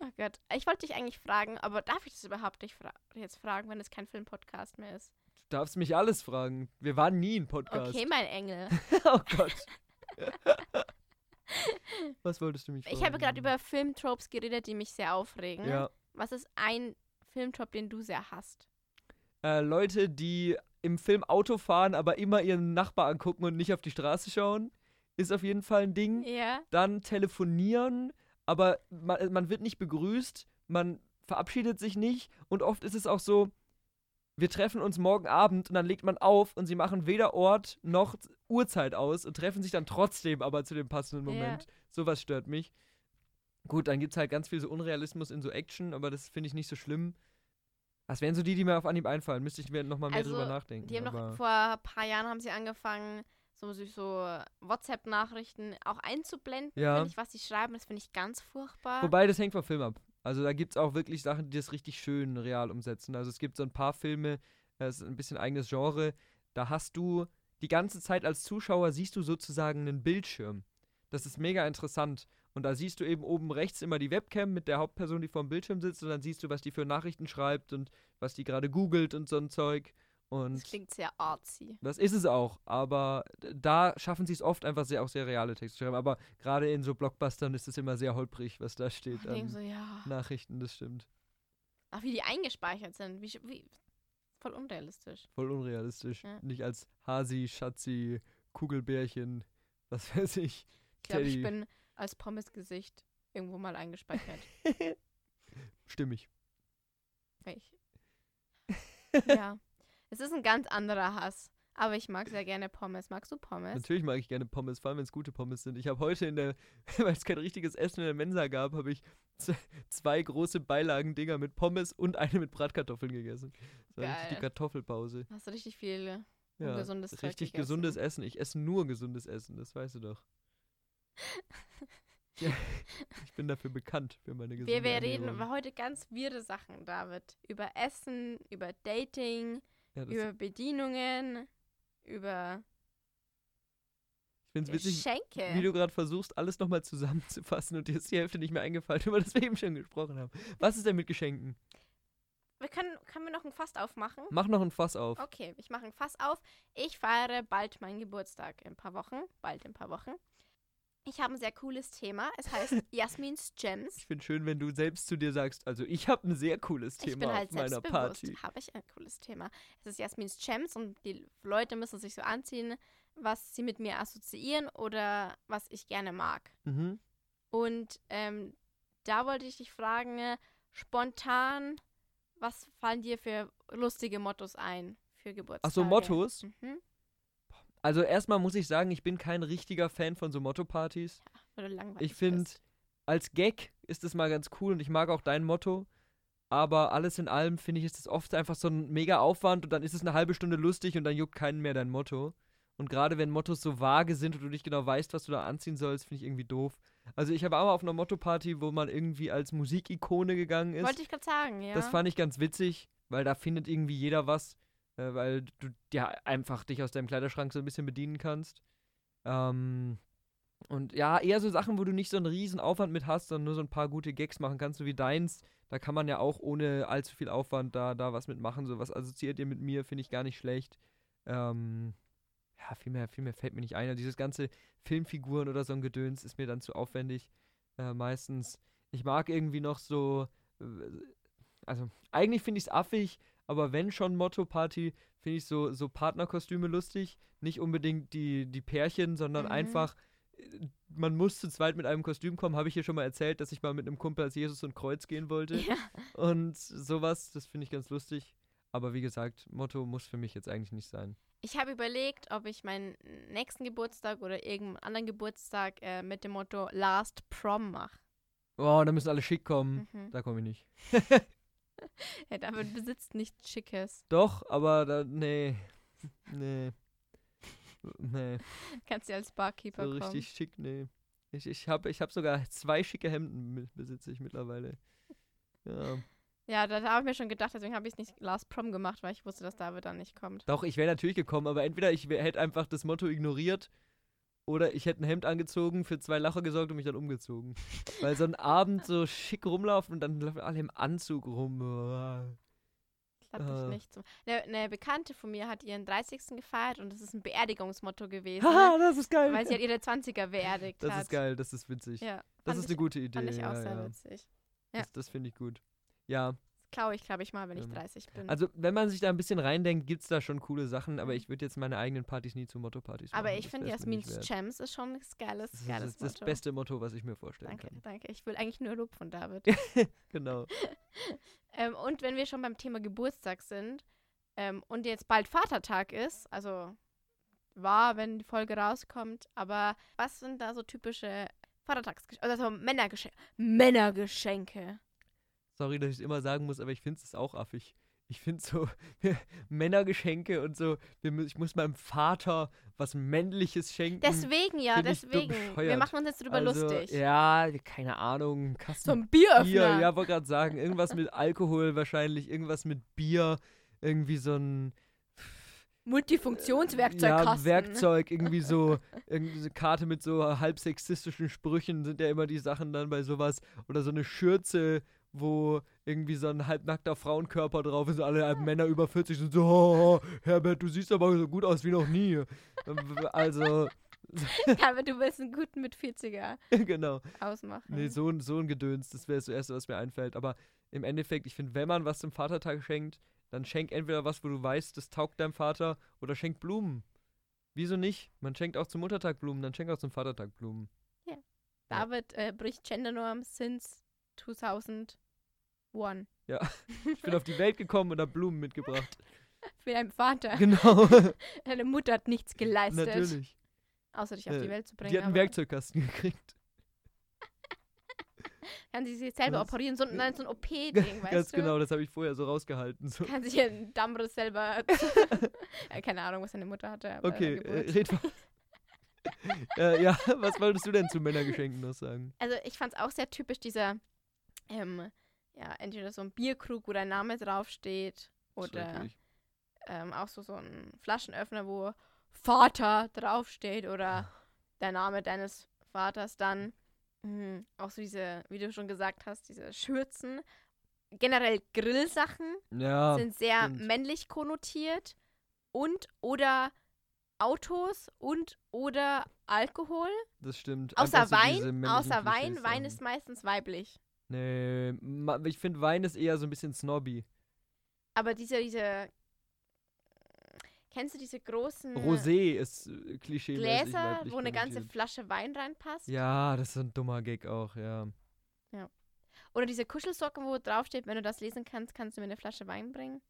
Speaker 1: Oh Gott. Ich wollte dich eigentlich fragen, aber darf ich das überhaupt nicht fra jetzt fragen, wenn es kein Film-Podcast mehr ist?
Speaker 2: Du darfst mich alles fragen. Wir waren nie ein Podcast.
Speaker 1: Okay, mein Engel.
Speaker 2: Oh Gott. Was wolltest du mich fragen?
Speaker 1: Ich habe gerade über Filmtropes geredet, die mich sehr aufregen.
Speaker 2: Ja.
Speaker 1: Was ist ein Filmtrop, den du sehr hasst?
Speaker 2: Äh, Leute, die im Film Auto fahren, aber immer ihren Nachbar angucken und nicht auf die Straße schauen, ist auf jeden Fall ein Ding.
Speaker 1: Ja.
Speaker 2: Dann telefonieren, aber man, man wird nicht begrüßt, man verabschiedet sich nicht und oft ist es auch so, wir treffen uns morgen Abend und dann legt man auf und sie machen weder Ort noch Uhrzeit aus und treffen sich dann trotzdem aber zu dem passenden
Speaker 1: Ja.
Speaker 2: Moment. Sowas stört mich. Gut, dann gibt es halt ganz viel so Unrealismus in so Action, aber das finde ich nicht so schlimm. Das wären so die, die mir auf Anhieb einfallen. Müsste ich mir nochmal mehr
Speaker 1: Also,
Speaker 2: drüber nachdenken.
Speaker 1: Die haben
Speaker 2: aber
Speaker 1: noch vor ein paar Jahren haben sie angefangen, so, sich so WhatsApp-Nachrichten auch einzublenden,
Speaker 2: Ja.
Speaker 1: wenn ich was sie schreiben. Das finde ich ganz furchtbar.
Speaker 2: Wobei, das hängt vom Film ab. Also da gibt es auch wirklich Sachen, die das richtig schön real umsetzen. Also es gibt so ein paar Filme, das ist ein bisschen eigenes Genre, da hast du die ganze Zeit als Zuschauer siehst du sozusagen einen Bildschirm. Das ist mega interessant. Und da siehst du eben oben rechts immer die Webcam mit der Hauptperson, die vor dem Bildschirm sitzt. Und dann siehst du, was die für Nachrichten schreibt und was die gerade googelt und so ein Zeug. Und
Speaker 1: Das klingt sehr artsy.
Speaker 2: das ist es auch, aber d- da schaffen sie es oft einfach sehr, auch sehr reale Texte zu schreiben. Aber gerade in so Blockbustern ist es immer sehr holprig, was da steht
Speaker 1: Ich denke
Speaker 2: an
Speaker 1: so, ja.
Speaker 2: Nachrichten, das stimmt.
Speaker 1: Ach, wie die eingespeichert sind. Wie, sch- wie, voll unrealistisch.
Speaker 2: Voll unrealistisch.
Speaker 1: Ja.
Speaker 2: Nicht als Hasi, Schatzi, Kugelbärchen, was weiß ich.
Speaker 1: Ich glaube, ich
Speaker 2: Teddy.
Speaker 1: bin als Pommesgesicht irgendwo mal eingespeichert.
Speaker 2: Stimmig.
Speaker 1: Ich. Ja. Es ist ein ganz anderer Hass. Aber ich mag sehr gerne Pommes. Magst du Pommes?
Speaker 2: Natürlich mag ich gerne Pommes, vor allem wenn es gute Pommes sind. Ich habe heute in der, weil es kein richtiges Essen in der Mensa gab, habe ich z- zwei große Beilagendinger mit Pommes und eine mit Bratkartoffeln gegessen. Das war richtig
Speaker 1: Geil.
Speaker 2: die Kartoffelpause.
Speaker 1: Hast du richtig viel
Speaker 2: Ja.
Speaker 1: ungesundes Zeug
Speaker 2: Richtig
Speaker 1: gegessen.
Speaker 2: gesundes Essen. Ich esse nur gesundes Essen, das weißt du doch. ja, ich bin dafür bekannt für meine gesunde
Speaker 1: Wir, wir reden
Speaker 2: Ernährung.
Speaker 1: über heute ganz wirre Sachen, David. Über Essen, über Dating,
Speaker 2: ja, das,
Speaker 1: über Bedienungen, über
Speaker 2: Ich finde es witzig, wie
Speaker 1: Geschenke.
Speaker 2: du gerade versuchst, alles nochmal zusammenzufassen und dir ist die Hälfte nicht mehr eingefallen, über das wir eben schon gesprochen haben. Was ist denn mit Geschenken?
Speaker 1: Wir können, können wir noch ein Fass aufmachen?
Speaker 2: Mach noch ein Fass auf.
Speaker 1: Okay, ich mache ein Fass auf. Ich feiere bald meinen Geburtstag in ein paar Wochen. Bald in ein paar Wochen. Ich habe ein sehr cooles Thema. Es heißt Jasmin's Gems.
Speaker 2: Ich finde schön, wenn du selbst zu dir sagst, also ich habe ein sehr cooles
Speaker 1: Ich
Speaker 2: Thema
Speaker 1: bin halt
Speaker 2: auf meiner
Speaker 1: selbstbewusst.
Speaker 2: Party.
Speaker 1: Habe ich ein cooles Thema. Es ist Jasmin's Gems und die Leute müssen sich so anziehen, was sie mit mir assoziieren oder was ich gerne mag.
Speaker 2: Mhm.
Speaker 1: Und ähm, da wollte ich dich fragen, äh, spontan, was fallen dir für lustige Mottos ein für Geburtstage?
Speaker 2: Ach so, Mottos?
Speaker 1: Mhm.
Speaker 2: Also erstmal muss ich sagen, ich bin kein richtiger Fan von so Motto-Partys.
Speaker 1: Weil du langweilig
Speaker 2: Ich finde,
Speaker 1: bist.
Speaker 2: als Gag ist es mal ganz cool und ich mag auch dein Motto. Aber alles in allem finde ich, ist es oft einfach so ein mega Aufwand und dann ist es eine halbe Stunde lustig und dann juckt keinen mehr dein Motto. Und gerade wenn Mottos so vage sind und du nicht genau weißt, was du da anziehen sollst, finde ich irgendwie doof. Also ich habe auch mal auf einer Motto-Party, wo man irgendwie als Musikikone gegangen ist.
Speaker 1: Wollte ich gerade sagen, ja.
Speaker 2: Das fand ich ganz witzig, weil da findet irgendwie jeder was, äh, weil du ja einfach dich aus deinem Kleiderschrank so ein bisschen bedienen kannst. Ähm, und ja, eher so Sachen, wo du nicht so einen riesen Aufwand mit hast, sondern nur so ein paar gute Gags machen kannst, so wie deins. Da kann man ja auch ohne allzu viel Aufwand da, da was mitmachen. So was assoziiert ihr mit mir, finde ich gar nicht schlecht. Ähm, ja, viel mehr, viel mehr fällt mir nicht ein. Und dieses ganze Filmfiguren oder so ein Gedöns ist mir dann zu aufwendig. Äh, meistens. Ich mag irgendwie noch so äh, also eigentlich finde ich es affig, aber wenn schon Motto-Party, finde ich so, so Partnerkostüme lustig. Nicht unbedingt die, die Pärchen, sondern
Speaker 1: Mhm.
Speaker 2: einfach, äh, man muss zu zweit mit einem Kostüm kommen. Habe ich hier schon mal erzählt, dass ich mal mit einem Kumpel als Jesus und Kreuz gehen wollte.
Speaker 1: Ja.
Speaker 2: Und sowas, das finde ich ganz lustig. Aber wie gesagt, Motto muss für mich jetzt eigentlich nicht sein.
Speaker 1: Ich habe überlegt, ob ich meinen nächsten Geburtstag oder irgendeinen anderen Geburtstag äh, mit dem Motto Last Prom mache.
Speaker 2: Oh, da müssen alle schick kommen.
Speaker 1: Mhm.
Speaker 2: Da komme ich nicht.
Speaker 1: Ja, David besitzt nichts Schickes.
Speaker 2: Doch, aber da, nee. Nee. Nee.
Speaker 1: Kannst du als Barkeeper
Speaker 2: So
Speaker 1: kommen.
Speaker 2: richtig schick, nee. Ich, ich habe ich hab sogar zwei schicke Hemden mi- besitze ich mittlerweile. Ja.
Speaker 1: Ja, da habe ich mir schon gedacht, deswegen habe ich es nicht Last Prom gemacht, weil ich wusste, dass David dann nicht kommt.
Speaker 2: Doch, ich wäre natürlich gekommen, aber entweder ich wär- hätte einfach das Motto ignoriert oder ich hätte ein Hemd angezogen, für zwei Lacher gesorgt und mich dann umgezogen. Weil so ein Abend so schick rumlaufen und dann laufen alle im Anzug rum. Uah.
Speaker 1: Klappt nicht,
Speaker 2: Äh.
Speaker 1: nicht so. Eine, eine Bekannte von mir hat ihren 30. gefeiert und das ist ein Beerdigungsmotto gewesen,
Speaker 2: Haha, das ist geil.
Speaker 1: weil sie halt ihre 20er beerdigt
Speaker 2: das
Speaker 1: hat.
Speaker 2: ist geil, das ist witzig.
Speaker 1: Ja,
Speaker 2: das
Speaker 1: fand
Speaker 2: ist
Speaker 1: ich-
Speaker 2: eine gute Idee.
Speaker 1: Fand ich auch
Speaker 2: ja,
Speaker 1: sehr
Speaker 2: ja.
Speaker 1: witzig. Ja.
Speaker 2: Das, das finde ich gut. Ja,
Speaker 1: Klaue ich, glaube ich, mal, wenn ich
Speaker 2: Ähm,
Speaker 1: 30 bin.
Speaker 2: Also, wenn man sich da ein bisschen reindenkt, gibt es da schon coole Sachen, aber ich würde jetzt meine eigenen Partys nie zu Motto-Partys machen.
Speaker 1: Mhm. Aber ich
Speaker 2: das
Speaker 1: finde,
Speaker 2: wär's mir nicht
Speaker 1: Jasmin's
Speaker 2: wert.
Speaker 1: Gems ist schon ein geiles,
Speaker 2: Das ist
Speaker 1: geiles
Speaker 2: das, das
Speaker 1: Motto.
Speaker 2: beste Motto, was ich mir vorstellen
Speaker 1: Danke,
Speaker 2: kann.
Speaker 1: danke. Ich will eigentlich nur Lob von David.
Speaker 2: Genau.
Speaker 1: ähm, und wenn wir schon beim Thema Geburtstag sind ähm, und jetzt bald Vatertag ist, also war, wenn die Folge rauskommt, aber was sind da so typische Vatertagsgeschenke, also Männergeschenke,
Speaker 2: Hm.
Speaker 1: Männergeschenke?
Speaker 2: Sorry, dass ich es immer sagen muss, aber ich finde es auch affig. Ich finde so Männergeschenke und so, wir mü- ich muss meinem Vater was Männliches schenken.
Speaker 1: Deswegen ja,
Speaker 2: Find ich
Speaker 1: deswegen. Wir
Speaker 2: bescheuert.
Speaker 1: machen uns jetzt drüber
Speaker 2: also,
Speaker 1: lustig.
Speaker 2: Ja, keine Ahnung.
Speaker 1: So
Speaker 2: Kasten
Speaker 1: ein Bieröffner.
Speaker 2: Bier, ja, wollte gerade sagen, irgendwas mit Alkohol wahrscheinlich, irgendwas mit Bier, irgendwie so ein,
Speaker 1: Multifunktionswerkzeugkasten.
Speaker 2: Ja, Werkzeug, irgendwie so, irgendwie so Karte mit so halb sexistischen Sprüchen sind ja immer die Sachen dann bei sowas. Oder so eine Schürze, wo irgendwie so ein halbnackter Frauenkörper drauf ist. Alle Männer über 40 sind so, oh, Herbert, du siehst aber so gut aus wie noch nie. also,
Speaker 1: Aber du willst einen guten mit 40er
Speaker 2: genau.
Speaker 1: ausmachen.
Speaker 2: Nee, so, ein- so ein Gedöns, das wäre das Erste, was mir einfällt. Aber im Endeffekt, ich finde, wenn man was zum Vatertag schenkt, dann schenk entweder was, wo du weißt, das taugt deinem Vater, oder schenk Blumen. Wieso nicht? Man schenkt auch zum Muttertag Blumen, dann schenk auch zum Vatertag Blumen.
Speaker 1: David äh, bricht Gendernorm since 2001.
Speaker 2: Ich bin auf die Welt gekommen und habe Blumen mitgebracht.
Speaker 1: Für deinen Vater.
Speaker 2: Genau,
Speaker 1: Deine Mutter hat nichts geleistet,
Speaker 2: natürlich.
Speaker 1: außer dich auf
Speaker 2: Äh,
Speaker 1: die Welt zu bringen.
Speaker 2: Die hat einen
Speaker 1: aber
Speaker 2: Werkzeugkasten gekriegt.
Speaker 1: Kann sie sich selber
Speaker 2: Das-
Speaker 1: operieren, so, nein, so ein OP-Ding, weißt
Speaker 2: Ganz
Speaker 1: du? Äh,
Speaker 2: genau, das habe ich vorher so rausgehalten. So.
Speaker 1: Kann sich ein Dammriss selber. ja, keine Ahnung, was seine Mutter hatte. aber
Speaker 2: Okay,
Speaker 1: Geburt.
Speaker 2: äh, red mal. äh, ja, was wolltest du denn zu Männergeschenken noch sagen?
Speaker 1: also ich fand es auch sehr typisch, dieser, ähm, ja, entweder so ein Bierkrug, wo dein Name draufsteht, oder
Speaker 2: Schrecklich.
Speaker 1: ähm, auch so, so ein Flaschenöffner, wo Vater draufsteht
Speaker 2: Ah.
Speaker 1: oder der Name deines Vaters dann. Mhm. Auch so diese, wie du schon gesagt hast, diese Schürzen. Generell Grillsachen
Speaker 2: Ja.
Speaker 1: sind sehr
Speaker 2: Ah, stimmt.
Speaker 1: männlich konnotiert und oder Autos und oder Alkohol.
Speaker 2: Das stimmt.
Speaker 1: Außer
Speaker 2: Einfach so
Speaker 1: Wein,
Speaker 2: diese männlichen
Speaker 1: außer
Speaker 2: Klischees
Speaker 1: Wein, Wein
Speaker 2: dann.
Speaker 1: ist meistens weiblich.
Speaker 2: Nee, ma- ich finde Wein ist eher so ein bisschen snobby.
Speaker 1: Aber diese, diese, kennst du diese großen
Speaker 2: Rosé ist äh, klischeemäßig
Speaker 1: Gläser,
Speaker 2: weiblich
Speaker 1: wo eine ganze
Speaker 2: konnotiert.
Speaker 1: Flasche Wein reinpasst?
Speaker 2: Ja, das ist ein dummer Gag auch, ja.
Speaker 1: Oder diese Kuschelsocken, wo draufsteht, wenn du das lesen kannst, kannst du mir eine Flasche Wein bringen?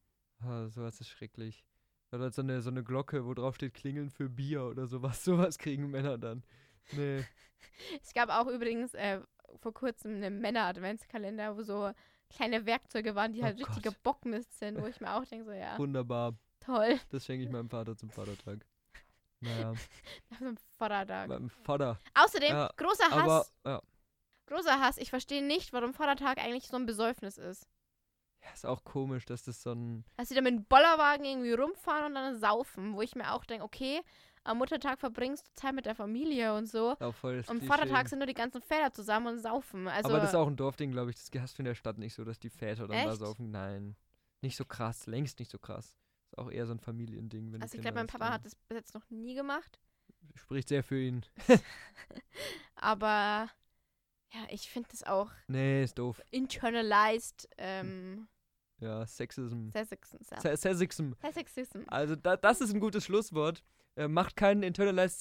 Speaker 2: Ah, sowas ist schrecklich. Oder so eine, so eine Glocke, wo drauf steht Klingeln für Bier oder sowas. Sowas kriegen Männer dann. Nee.
Speaker 1: Es gab auch übrigens äh, vor kurzem einen Männer-Adventskalender, wo so kleine Werkzeuge waren, die
Speaker 2: Oh
Speaker 1: halt
Speaker 2: Gott.
Speaker 1: richtiger Bockmist sind, wo ich mir auch denke, so ja,
Speaker 2: Wunderbar.
Speaker 1: toll,
Speaker 2: Das schenke ich meinem Vater zum Vatertag. Naja,
Speaker 1: also ein Vatertag.
Speaker 2: meinem Vater.
Speaker 1: Außerdem,
Speaker 2: Ja,
Speaker 1: großer Hass,
Speaker 2: Aber, ja,
Speaker 1: großer Hass, ich verstehe nicht, warum Vatertag eigentlich so ein Besäufnis ist.
Speaker 2: Ja, ist auch komisch, dass das so ein.
Speaker 1: Dass sie da mit einem Bollerwagen irgendwie rumfahren und dann saufen, wo ich mir auch denke, okay, am Muttertag verbringst du Zeit mit der Familie und so.
Speaker 2: Auch voll das
Speaker 1: Am
Speaker 2: Klischee.
Speaker 1: Vatertag sind nur die ganzen Väter zusammen und saufen. Also,
Speaker 2: Aber das ist auch ein Dorfding, glaube ich. Das hast du in der Stadt nicht so, dass die Väter dann da
Speaker 1: Echt?
Speaker 2: saufen. Nein. Nicht so krass, längst nicht so krass. Ist auch eher so ein Familiending. Wenn die
Speaker 1: also ich
Speaker 2: Kinder
Speaker 1: glaube, mein
Speaker 2: das
Speaker 1: Papa
Speaker 2: dann-
Speaker 1: hat das bis jetzt noch nie gemacht.
Speaker 2: Spricht sehr für ihn.
Speaker 1: Aber ja, ich finde das auch
Speaker 2: Nee, ist doof.
Speaker 1: internalized ähm,
Speaker 2: Ja, Sexism.
Speaker 1: sehr sexism.
Speaker 2: Se- Sexism.
Speaker 1: Sehr sexism.
Speaker 2: Also da, das ist ein gutes Schlusswort. Äh, macht keinen internalized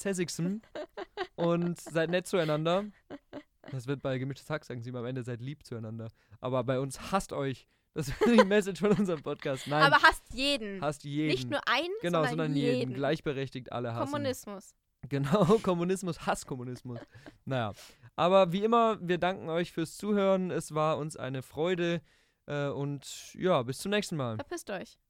Speaker 2: Sexism und seid nett zueinander. Das wird bei gemischtes Hack, sagen sie immer am Ende, seid lieb zueinander. Aber bei uns hasst euch. Das ist die Message von unserem Podcast. Nein,
Speaker 1: Aber hasst jeden.
Speaker 2: hasst jeden.
Speaker 1: Nicht nur einen,
Speaker 2: genau,
Speaker 1: sondern, jeden.
Speaker 2: Gleichberechtigt alle hassen.
Speaker 1: Kommunismus.
Speaker 2: Genau, Kommunismus, Hasskommunismus. naja, aber wie immer, wir danken euch fürs Zuhören. Es war uns eine Freude äh, und ja, bis zum nächsten Mal.
Speaker 1: Verpisst euch.